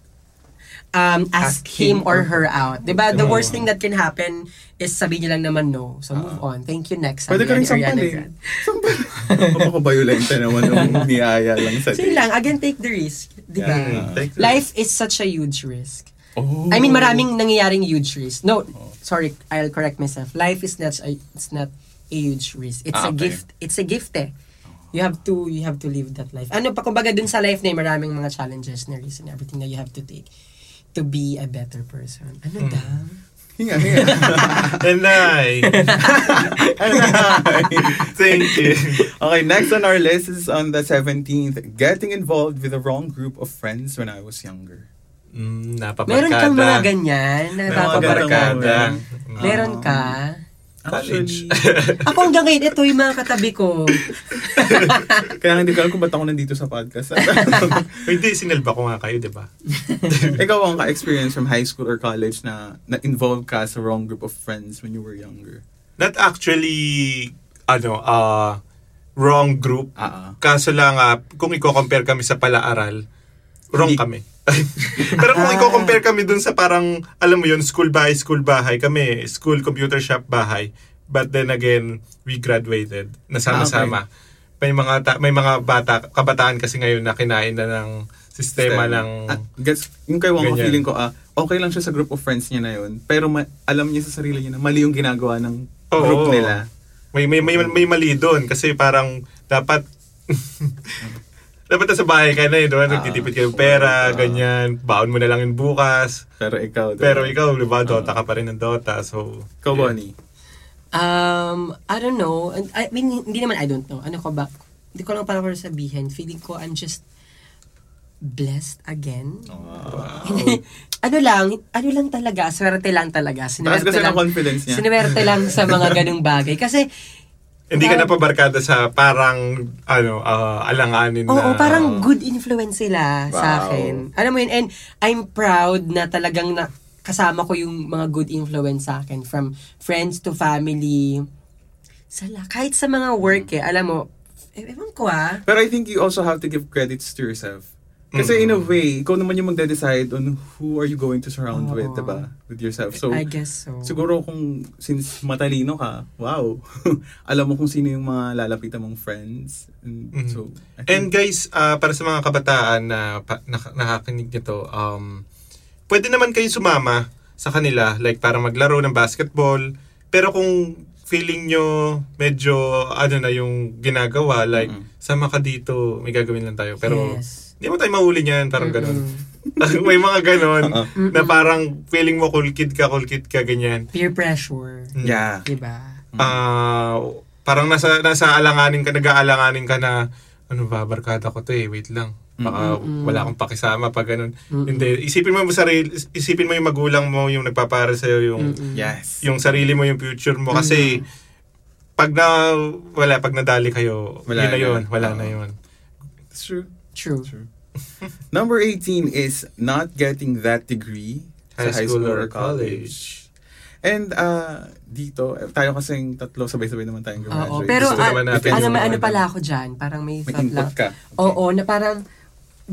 um, ask, him, or her out. 'Di ba? The worst thing that can happen is sabihin niya lang naman no. So move on. Thank you next.
Pwede ka rin
Sabi ni
sampal
Ariana
eh.
Grande.
Sampal. [laughs] Mapakabayolenta naman ang niaya lang sa
So yun lang, again, take the risk. Diba? 'Di ba?
Yeah.
Take the
Life is such a huge risk.
Oh.
I mean, maraming nangyayaring huge risk. No, sorry, I'll correct myself. Life is not a, it's not a huge risk. It's a
Ah, okay.
gift. It's a gift eh. You have to you have to live that life. Ano pa kumbaga dun sa life na yun, maraming mga challenges na risk and everything that you have to take to be a better person.
Hmm.
Ano daw?
Hinga,
[laughs]
hinga.
And I, thank you.
okay, next on our list is on the 17th, getting involved with the wrong group of friends when I was younger.
Mm, napabarkada.
Meron kang mga ganyan na
May mga
napapabarkada.
ganyan.
Meron
Um,
ka.
College.
Ako hanggang ngayon, ito yung mga katabi ko.
[laughs] Kaya hindi ko alam kung ba't ako nandito sa [laughs] podcast.
[laughs] Hindi, sinelba ko nga kayo, di
[laughs]
ba?
Ikaw ang ka-experience from high school or college na na-involved ka sa wrong group of friends when you were younger.
Not actually, ano, ah, wrong group.
Ah, ah.
Kaso lang, ah, kung i-compare kami sa palaaral, wrong
Hindi- Ah.
kami. [laughs] Pero kung i-compare kami dun sa parang, alam mo yun, school bahay, school bahay, kami, school computer shop bahay. But then again, we graduated.
Ah,
Nasama-sama. May mga ta- may mga bata kabataan kasi ngayon na kinain na ng sistema ng
Ah, gets, yung kay Wong,
Ganyan.
feeling ko, ah, okay lang siya sa group of friends niya na yun. Pero ma- alam niya sa sarili niya na mali yung ginagawa ng
Oo.
Oh, group nila.
May may may, may mali doon kasi parang dapat [laughs] dapat nasa bahay ka na eh, doon,
Ah,
nagtitipid ka ng pera,
oo.
ganyan, baon mo na lang yun bukas.
Pero ikaw, diba?
Pero ikaw, di ba, Dota ka pa rin ng Dota, so...
Ikaw, Bonnie.
Um, I don't know. And- I mean, hindi naman I don't know. Ano ko ba? Hindi ko lang parang sabihin. Feeling ko I'm just blessed again. [laughs]
Ah.
ano lang, ano lang talaga, swerte lang talaga.
Taas kasi
lang,
ng confidence niya.
sinuwerte lang sa mga ganung bagay. Kasi,
Hindi ka
Parang-
napabarkada sa parang, ano, ah, alanganin
oo,
na...
parang good influence sila sa
Wow.
akin. Alam mo yun, and I'm proud na talagang na, kasama ko yung mga good influence sa akin. From friends to family, sa, la- kahit sa mga work eh, alam mo, e- ewan ko ah.
But I think you also have to give credits to yourself.
Mm.
Kasi in a way, ikaw naman yung magde-decide on who are you going to surround
Oo.
with, diba? With yourself. So,
I guess so.
siguro kung since matalino ka, wow, [laughs] alam mo kung sino yung mga lalapitan mong friends. And
Mhm.
so, I
And
think-
guys, ah, para sa mga kabataan na pa, nak- nakakinig nito, um, pwede naman kayo sumama sa kanila, like para maglaro ng basketball. Pero kung feeling nyo medyo ano na yung ginagawa, like
Mm.
sama ka dito, may gagawin lang tayo. Pero
yes.
hindi mo tayo mahuli niyan, parang ganun.
Mm-mm.
[laughs] may mga ganun
Oo.
na parang feeling mo cool kid ka, cool kid ka, ganyan.
Peer pressure.
Mm.
yeah.
Diba?
Ah, parang nasa nasa alanganin ka, nag-aalanganin ka na ano ba, barkada ko 'to eh, wait lang. Baka
Mm-mm. mm.
wala akong pakisama pag ganun.
Mm-mm.
Hindi, isipin mo yung sarili, isipin mo yung magulang mo yung nagpapare sa yung
Mm-mm.
Yes.
yung sarili mo, yung future mo kasi pag na wala pag nadali kayo, wala yun
Wala
na
na.
yun, wala na
Oo.
yun.
It's true.
True.
True. [laughs] Number 18 is not getting that degree
High
sa high
school
school,
or
or college. And uh, dito, eh, tayo kasing tatlo sabay-sabay naman tayong graduate.
Oo, pero
Gusto
ah,
naman natin
ano,
yung
may ano
mga-
pala ako dyan? Parang may,
May
thought
input
lang.
ka.
Oo, na parang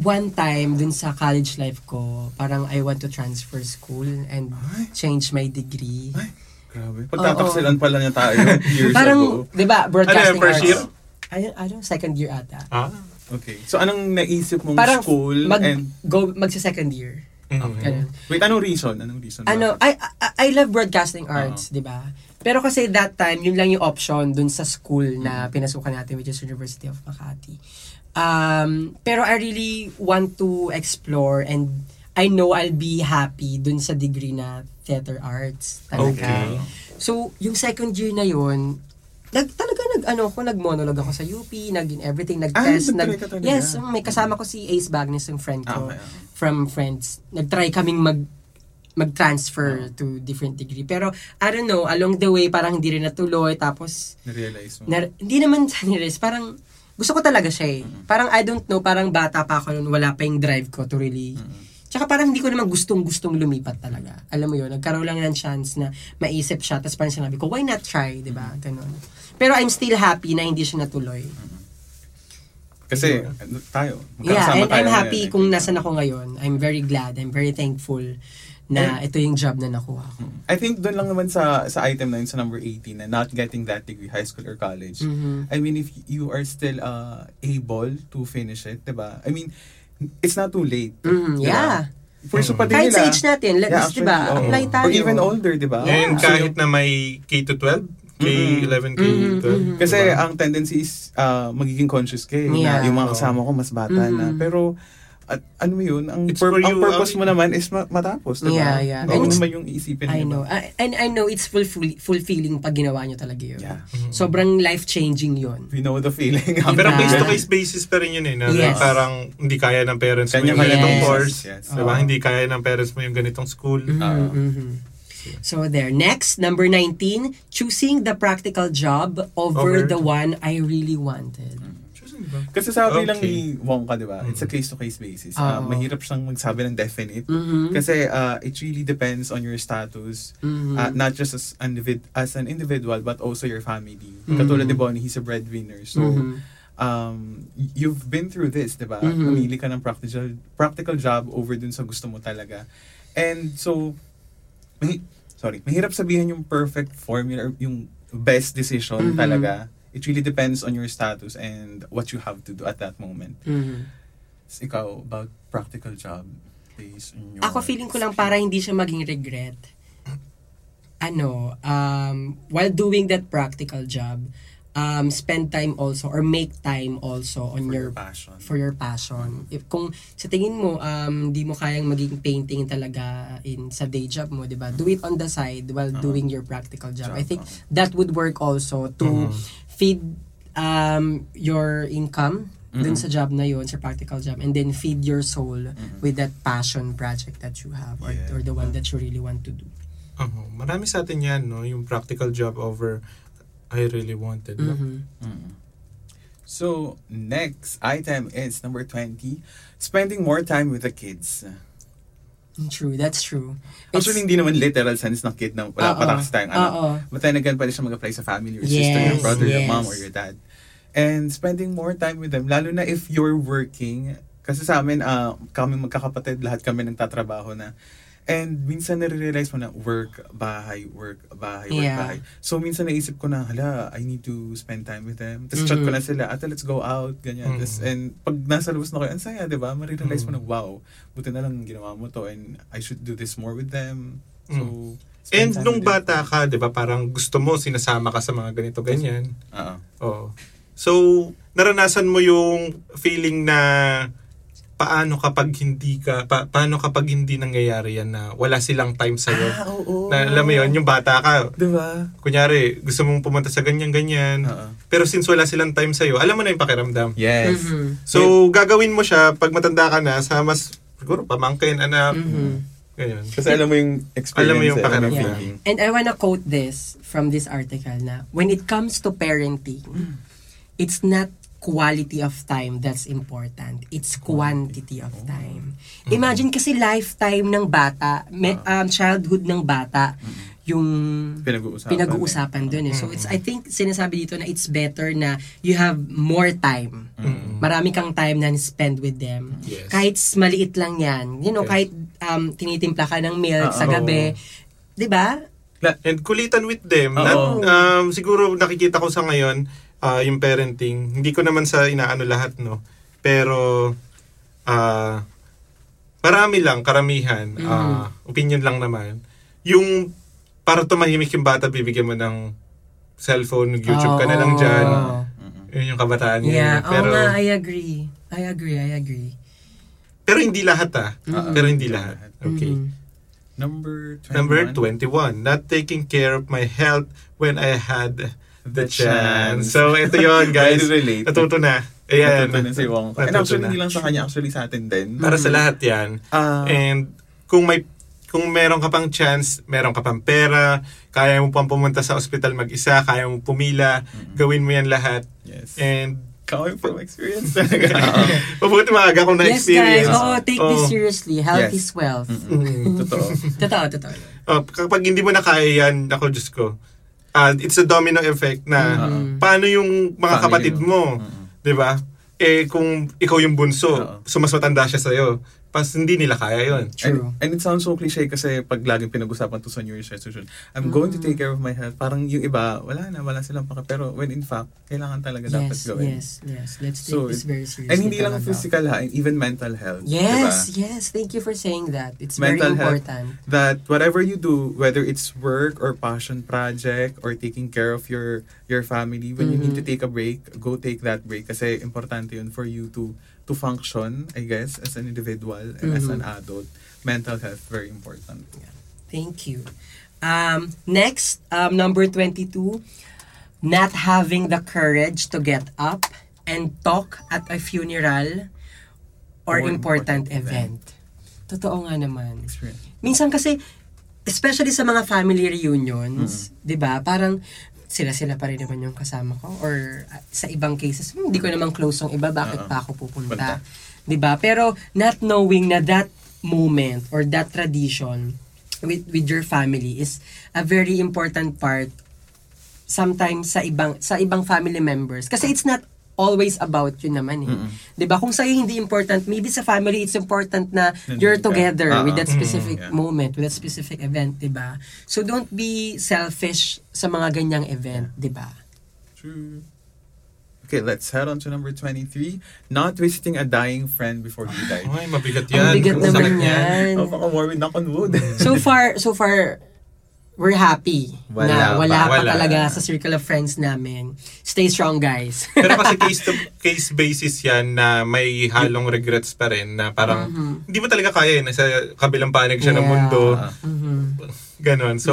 one time dun sa college life ko, parang I want to transfer school and
Ay.
change my degree.
Ay, Grabe. Pagtataksilan pala niya
[laughs]
tayo years
parang,
ago.
di ba, broadcasting
Ano yan, first
arts.
year?
I don't, I don't, second year ata.
Ah.
Okay. So, anong naisip mong
Parang
school
mag,
and...
go, magsa-second year.
Mm.
Ganun.
Wait, anong reason? Anong reason?
ano,
bakit?
I, I, I love broadcasting arts, di ba? Pero kasi that time, yun lang yung option dun sa school na
Mm.
pinasukan natin, which is University of Makati. Um, pero I really want to explore and I know I'll be happy dun sa degree na theater arts. Talaga.
Okay.
So, yung second year na yun, nag, talaga nag, ano ko, nag-monologue ako sa UP, nag everything, nag-test.
Ah,
nag,
nag-try ka talaga.
yes, oh, may kasama ko si Ace Bagnes, yung friend
Ah,
ko
okay, okay.
from friends. Nag-try kaming mag mag-transfer to different degree. Pero, I don't know, along the way, parang hindi rin natuloy. Tapos,
Narealize mo.
na, hindi naman niris. Parang, gusto ko talaga siya eh. Parang, I don't know, parang bata pa ako noon. Wala pa yung drive ko to really. Tsaka parang hindi ko naman gustong-gustong lumipat talaga. Alam mo yun, nagkaroon lang ng chance na maisip siya. Tapos parang sinabi ko, why not try? 'Di ba Ganon. Pero I'm still happy na hindi siya natuloy.
Kasi, ano, tayo.
Yeah,
magkakasama
and
tayo
I'm
ngayon,
happy
eh.
kung nasan ako ngayon. I'm very glad. I'm very thankful na ito yung job na nakuha ko.
I think doon lang naman sa sa item na yun, sa number 18 na not getting that degree high school or college.
Mhm.
I mean if you are still uh able to finish it, 'di ba? I mean it's not too late.
Mhm,
Diba?
yeah.
First pa din
Kahit sa
nila.
age natin, let's,
Yeah,
di ba,
actually, oo.
apply tayo.
Or even older, 'di ba?
Yeah.
And
So,
kahit na may K to 12, K11,
Mm-mm.
K12.
Mm-mm.
kasi
diba?
ang tendency is uh, magiging conscious ka eh,
Yeah.
na yung mga kasama ko mas bata
Mhm.
na. Pero at ano mo yun, ang,
It's for
pur- ang
you,
purpose
uh,
mo naman is ma- matapos, 'di
Yeah,
ba?
yeah.
Bago
And it's-
naman yung
I
iisipin mo, 'di ba?
know. I- and I know it's fulfill, fulfilling pag ginawa nyo talaga yun.
Yeah.
Sobrang life-changing yun.
We know the feeling.
Diba?
Ah, Pero
Yeah.
case to case basis pa rin yun eh. Na
Yes.
Parang hindi kaya ng parents mo
Kanya
yung
kaya
ganitong
ng
course.
parents, yes.
Diba?
Oo.
Hindi kaya ng parents mo yung ganitong school.
Mhm,
Ah.
mhm. So there. Next, number 19, choosing the practical job over,
Over.
the one I really wanted.
Choosing
di ba? Kasi
Okay.
sabi lang ni Wongka, di ba? It's a case-to-case basis.
Oo.
Ah, mahirap siyang magsabi ng definite.
Mhm.
Kasi ah, it really depends on your status,
Mhm.
ah, not just as, individ- as an individual, but also your family. Katulad ni Bonnie, he's a breadwinner. So,
Mhm.
um, y- you've been through this, di ba?
Mhm.
Namili ka ng practical, practical job over dun sa gusto mo talaga. And so, mahi- sorry, mahirap sabihin yung perfect formula, or yung best decision
Mhm.
talaga. It really depends on your status and what you have to do at that moment.
Mhm.
S- Ikaw, about practical job based on your...
Ako feeling ko lang para hindi siya maging regret. Ano, um, while doing that practical job, um, spend time also or make time also on
for your
your
passion.
for your passion. If kung sa tingin mo um di mo kayang maging painting talaga in sa day job mo, 'di ba? Do it on the side while doing your practical job. I
Uh-huh. Job,
think
uh-huh. Mm-hmm.
that would work also to feed um your income dun
Mm-hmm.
sa job na yon, sa practical job and then feed your soul with that passion project that you have or
Mm-hmm. Yeah.
or the one that you really want to do.
Oo, Marami sa atin yan, no? Yung practical job over I really wanted. no?
Mhm.
Mm. So, next item is number 20, spending more time with the kids.
True, that's true. It's-
Actually, hindi naman literal sense ng kid na wala
Oo.
pa tax tayong ano. anak.
Oo.
But then again, pwede siya mag-apply sa family or
Yes,
sister, your brother, your
yes.
mom, or your dad. And spending more time with them, lalo na if you're working. Kasi sa amin, ah, kami magkakapatid, lahat kami nagtatrabaho na. And minsan nare-realize mo na work, bahay, work, bahay, work,
Yeah.
bahay. So minsan naisip ko na, hala, I need to spend time with them. Tapos chat ko
Mhm.
na sila, ate, let's go out, ganyan. Tas-
Mhm.
and pag nasa labas na kayo, ang saya, di ba? Marirealize mo na,
Mm-hmm.
wow, buti na lang ginawa mo to and I should do this more with them. So,
Mm-hmm. And
spend time
nung
with them.
bata ka, di ba, parang gusto mo, sinasama ka sa mga ganito, ganyan.
Oo.
Oo. So, naranasan mo yung feeling na paano kapag hindi ka, pa, paano kapag hindi nangyayari yan na wala silang time
Ah,
sa'yo.
oo.
Na, alam mo yun, yung bata ka,
Diba?
kunyari, gusto mong pumunta sa ganyan-ganyan,
Oo.
pero since wala silang time sa'yo, alam mo na yung pakiramdam.
Yes.
Mhm.
So, gagawin mo siya pag matanda ka na sa mas, siguro, pamangkin, anak,
Mhm.
ganyan.
Kasi alam mo yung experience.
Alam mo yung
eh, alam
pakiramdam.
feeling.
And I wanna quote this from this article na when it comes to parenting, it's not quality of time that's important. It's quantity of time. Imagine kasi lifetime ng bata, me- um, childhood ng bata, yung
Pinag-uusapan.
pinag-uusapan dun eh. So it's I think sinasabi dito na it's better na you have more time. Marami kang time na spend with them.
Yes.
Kahit maliit lang 'yan. You know,
Yes.
kahit um, tinitimpla ka ng milk sa
Oo.
gabi, 'di ba?
And kulitan with them.
Oo.
Not, um, siguro nakikita ko sa ngayon, ah, yung parenting, hindi ko naman sa inaano lahat, no? Pero, ah, marami lang, karamihan, ah, opinion lang naman. Yung, para tumahimik yung bata, bibigyan mo ng cellphone, YouTube ka na lang dyan.
Oo.
Mm-hmm.
Yun yung kabataan ngayon.
Yeah, oo
Pero,
nga, I agree. I agree, I agree.
pero hindi lahat, ah.
Mm.
Pero hindi lahat. Okay.
Mhm.
Number 21.
Number 21, not taking care of my health when I had the,
The
chance.
chance.
So, ito
[laughs]
yon guys.
Very relate.
Natuto na. Ayan.
Ayan. Natutunan si Wong. And
Natuto
actually,
na.
hindi lang sa kanya. Actually, sa atin din. Mm-hmm.
Para sa lahat Eh, yan.
Ah,
And kung may kung meron ka pang chance, meron ka pang pera, kaya mo pang pumunta sa ospital mag-isa, kaya mo pumila, gawin mo yan lahat.
yes. [laughs]
And
Coming from
[laughs]
experience
mabuti maaga kung
Yes, guys.
na-experience.
Oo, take this
Oo.
seriously. Health
Oh. Yes.
is wealth.
Mm.
Totoo.
[laughs] Totoo, totoo.
Oh, kapag hindi mo na kaya yan, ako Diyos ko. ah, it's a domino effect na
Mhm.
paano yung mga
Family
kapatid mo,
mo. Mhm.
Mm-hmm.
'di ba? Eh kung ikaw yung bunso,
Oo.
so mas matanda siya sa Pas hindi nila kaya 'yon.
True.
And, and it sounds so cliche kasi pag laging pinag-usapan to sa New Year's resolution, I'm
Ah.
going to take care of my health. Parang yung iba, wala na, wala silang paka. Pero when in fact, kailangan talaga dapat
Yes,
gawin.
yes, yes. Let's take
So,
this
it-
very seriously.
And hindi lang
talaga.
physical ha, and even mental health.
Yes,
diba?
yes. Thank you for saying that. It's very
Mental health.
important.
That whatever you do, whether it's work or passion project or taking care of your your family, when you need to
Mhm.
take a break, go take that break kasi importante yun for you to to function, I guess, as an individual and as an
Mhm.
adult. Mental health, very important.
Thank you. Um, next, um, number 22, not having the courage to get up and talk at a funeral or,
Or
important, event.
important
Totoo nga naman.
Experience.
Minsan kasi, especially sa mga family reunions, di ba, parang sila-sila pa rin naman yung kasama ko or uh, sa ibang cases hmm, hindi ko naman close ang iba bakit pa ako pupunta
Punta.
'di ba pero not knowing na that moment or that tradition with with your family is a very important part sometimes sa ibang sa ibang family members kasi it's not always about you naman eh. 'Di ba? Kung sa'yo hindi important, maybe sa family it's important na you're
ka.
together
Ah,
with
ah.
that specific
Mm, yeah.
moment, with that specific event, 'di ba? So don't be selfish sa mga ganyang event, 'di ba?
True. Okay, let's head on to number 23. Not visiting a dying friend before he
[laughs]
died.
Ay, mabigat
Ang
yan.
bigat
Ang
naman
sakit
yan.
Napaka-morbid, knock on wood.
So [laughs] far, so far we're happy na
Wala
wala
pa,
pa,
wala.
talaga sa circle of friends namin. Stay strong, guys.
[laughs]
Pero kasi case to case basis yan na may halong regrets pa rin na parang hindi mo talaga kaya eh, nasa kabilang panig siya ng
Mm-hmm. Yeah. Mm-hmm.
mundo.
Mhm.
Ganon. So,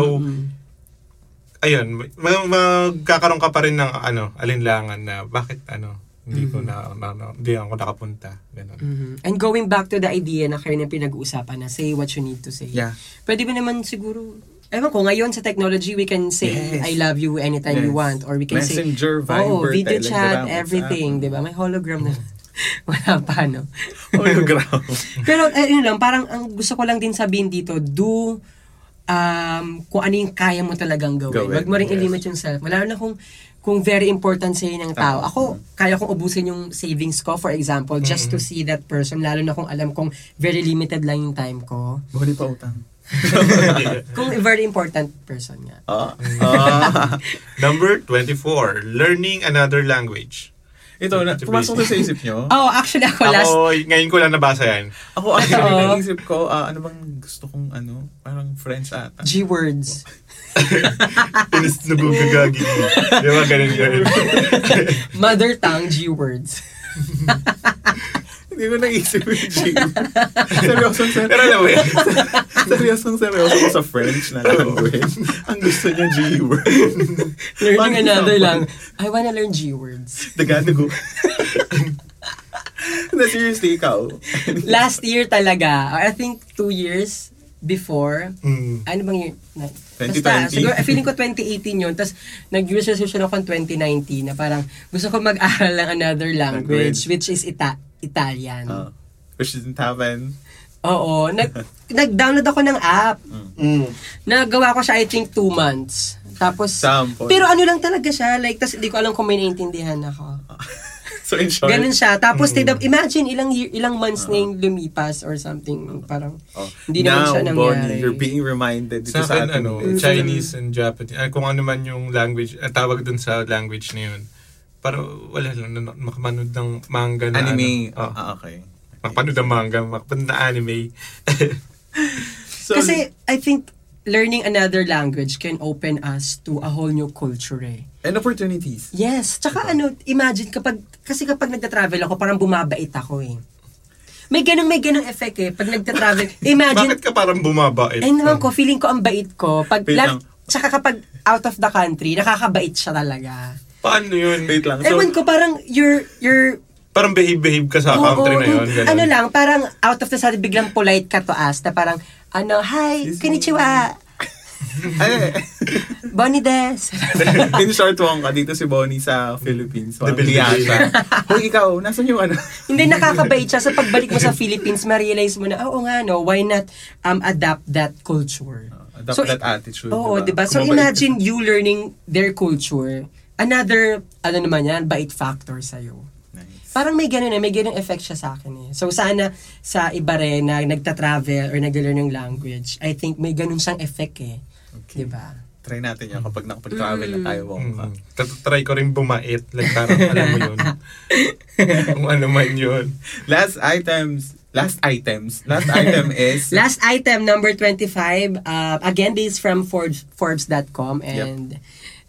ayun, ma- magkakaroon ka pa rin ng ano, alinlangan na bakit ano, hindi ko na, na, na- hindi ako nakapunta. Ganon.
Mhm. And going back to the idea na kayo na pinag-uusapan na say what you need to say.
[laughs] Yeah.
Pwede ba naman siguro, ewan ko, ngayon sa technology, we can say,
Yes.
I love you anytime you
Yes.
want. Or we can say,
Messenger, Viber,
Oo, video
Telegram,
chat,
WhatsApp. [laughs] Mm-hmm.
everything, di ba? May hologram na. [laughs] Wala pa, no?
Oh, Hologram.
Pero, eh, yun lang, parang ang gusto ko lang din sabihin dito, do um, kung ano yung kaya mo talagang gawin.
Gawin,
Huwag mo rin
yes.
i-limit yung self. Lalo na kung kung very important sa ng tao. Ako, kaya kong ubusin yung savings ko, for example, just
Mm-hmm.
to see that person, lalo na kung alam kong very limited lang yung time ko.
Bukali pa utang.
Mm.
Kung very important person nga.
[laughs] Ah. Ah.
[laughs] Number 24, learning another language.
Ito, na, pumasok na sa isip nyo.
Oh, actually ako last
Ako, ngayon ko lang nabasa [laughs] yan.
Ako, actually,
Ito.
naisip ko, ah, ano bang gusto kong ano? Parang French ata.
G words.
Pinis na bugagagi. Di ba ganun [laughs] yun?
Mother tongue G
[laughs]
words.
Hindi ko naisip yung G. seryosong seryoso.
Pero alam mo yun.
[laughs] seryosong seryoso ko sa French na language. Ang gusto niya G word. [laughs] One
Learning another
example.
lang. I wanna learn G words.
[laughs] Dagadugo. na oh. seriously, ikaw.
Last year talaga, or I think two years before,
Mm.
ano bang year? Na,
2020.
Basta, siguro, eh, feeling ko 2018 yun. Tapos, nag-use resolution ako ng 2019 na parang gusto ko mag-aral ng another language,
Language.
which is Ita- Italian.
Ah, which isn't happen.
Oo.
[laughs]
Nag, nag-download ako ng app. Nagawa ko siya, I think, two months. Tapos,
Sample.
pero ano lang talaga siya. Like, tas hindi ko alam kung may naiintindihan ako.
[laughs] So mm. Ah. in short,
Ganun siya. Tapos, tinap- imagine, ilang year- ilang months na yung lumipas or something. Parang,
oh,
hindi naman
now,
siya nangyari.
Bonnie, you're being reminded dito
Sa
sa,
akin,
atin.
ano, Chinese and Japanese, ah, kung ano man yung language, ah, tawag dun sa language na yun. Para wala lang, nan- makamanood ng manga na
Anime.
Ano, oh,
Ah, okay.
makapanood ng manga, makapanood ng anime.
So,
Kasi, I think, learning another language can open us to a whole new culture eh.
and opportunities.
Yes.
Diba?
Tsaka ano, imagine kapag, kasi kapag nagta-travel ako, parang bumabait ako eh. May ganun, may ganung effect eh. Pag nagta-travel,
[laughs]
imagine,
Bakit ka parang bumabait?
ay naman ko, feeling ko ang bait ko. Pag,
Wait
lal-
lang.
tsaka kapag out of the country, nakakabait siya talaga.
Paano yun?
Wait lang. So,
Ewan ko, parang you're, you're,
Parang behave-behave ka sa
oo,
country na yun. ganun.
ano lang, parang out of the sudden, biglang polite ka to us, na parang, ano, hi,
Excuse me."
konnichiwa,
[laughs] Ay,
Bonnie des. [laughs]
in short, wong ka dito si Bonnie sa Philippines. Walang
Debilidad.
hiya siya. Hoy, ikaw, nasan yung ano?
Hindi, nakakabait siya. Sa pagbalik mo sa Philippines, ma-realize mo na, "Ah, oo nga, no, why not um, adapt that culture?
Ah, Adapt that attitude,
Oo,
diba?
diba? So
Kumabait.
imagine you learning their culture. Another, ano naman yan, bait factor sa'yo.
Nice.
Parang may ganun eh, may ganun effect siya sa akin eh. So sana sa iba rin na nagta-travel or nag-learn ng language, I think may ganun siyang effect eh. Diba?
Try natin yan kapag nakapag-travel na tayo, wong ka.
Mm. Tat- Try ko rin bumait. Like, parang alam mo
[laughs]
yun. Kung ano man yun.
Last items, last items, last
[laughs]
item is
Last item, number 25. Uh, again, this is from Forbes, Forbes.com. And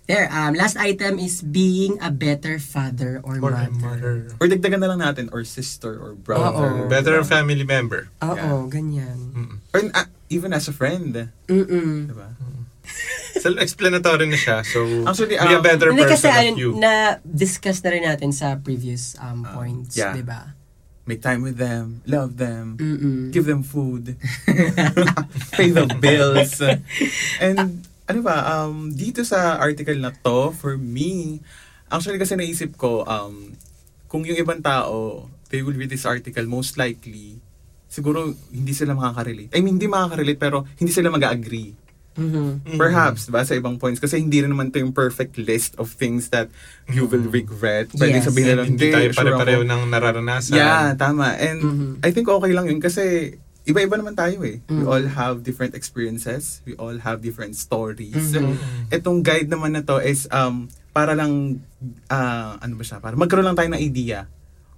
there, um, last item is being a better father or,
Or
mother.
mother.
or dagdagan na lang natin or sister or brother.
Oo.
Better family member.
Oo,
Yeah.
ganyan.
Or ah, even as a friend,
Mm-mm.
diba?
So, explanatory na siya. So,
Actually,
be a
um,
better
Hindi
person
kasi
of
ayun,
you. Ah,
na-discuss na rin natin sa previous um, points,
yeah.
di ba?
Make time with them, love them,
Mm-mm.
[laughs] give them food, pay the bills, and ano ba, um, dito sa article na to, for me, actually kasi naisip ko, um, kung yung ibang tao, they will read this article, most likely, siguro hindi sila makaka-relate. I mean, hindi makaka-relate, pero hindi sila mag-agree.
Mm-hmm.
Perhaps, diba, sa ibang points. Kasi hindi rin naman to yung perfect list of things that you will regret. Pwede
Yes.
sabihin na lang,
Hindi tayo
sure ako."
pare-pareho ng nararanasan.
Yeah, tama. And
Mhm.
I think okay lang yun kasi iba-iba naman tayo eh. We all have different experiences. We all have different stories. Itong guide naman na to is um, para lang, ah, ano ba siya, para magkaroon lang tayo ng idea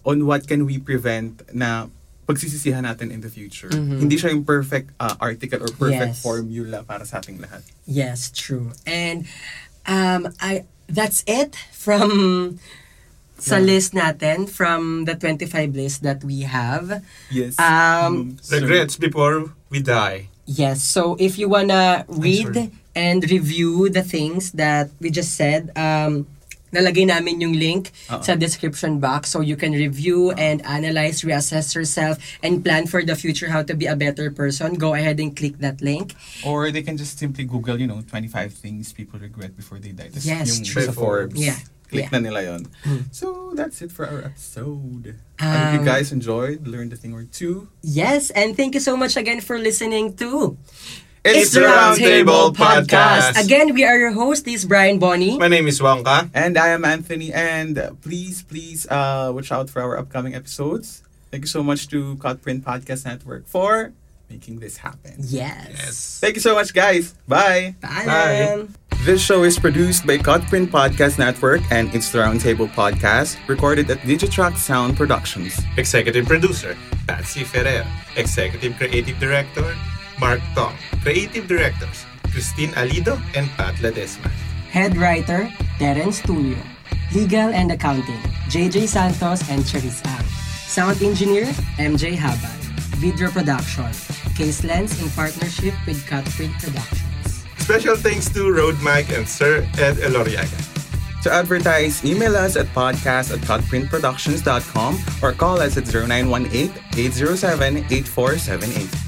on what can we prevent na pagsisisihan natin in the future.
Mhm.
Hindi siya yung perfect ah, article or perfect
Yes.
formula para sa ating lahat.
Yes, true. And um I that's it from sa list natin from the 25 list that we have.
Yes.
Um,
Mm, so-
Regrets before we die.
Yes, so if you wanna read
sorry.
and review the things that we just said, um nalagay namin yung link
Oo.
sa description box so you can review and analyze, reassess yourself and plan for the future how to be a better person. Go ahead and click that link.
Or they can just simply Google, you know, 25 things people regret before they die. Tas
Yes,
yung
true.
sa Forbes.
Yeah,
Click
yeah. Hmm.
na nila yun. So, that's it for our episode. I hope you
Um,
guys enjoyed, learned a thing or two.
Yes, and thank you so much again for listening to
It's the Roundtable Podcast.
Again, we are your hosts, this is Brian Bonnie.
My name is Wongka.
And I am Anthony. And uh, please, please uh, watch out for our upcoming episodes. Thank you so much to Codprint Podcast Network for making this happen.
Yes.
Thank you so much, guys. Bye.
Bye.
Bye.
This show is produced by Codprint Podcast Network and It's the Roundtable Podcast, recorded at Digitrack Sound Productions.
Executive Producer, Patsy Ferrer. Executive Creative Director, Mark Tong. Creative Directors, Christine Alido and Pat Ledesma.
Head writer, Terence Tulio. Legal and Accounting, JJ Santos and Cherise Ang. Sound engineer, MJ Habal. Video production, Case Lens in partnership with Cutprint Productions.
Special thanks to Road Mike and Sir Ed Eloriaga.
To advertise, email us at podcast at cutprintproductions.com or call us at 0918-807-8478.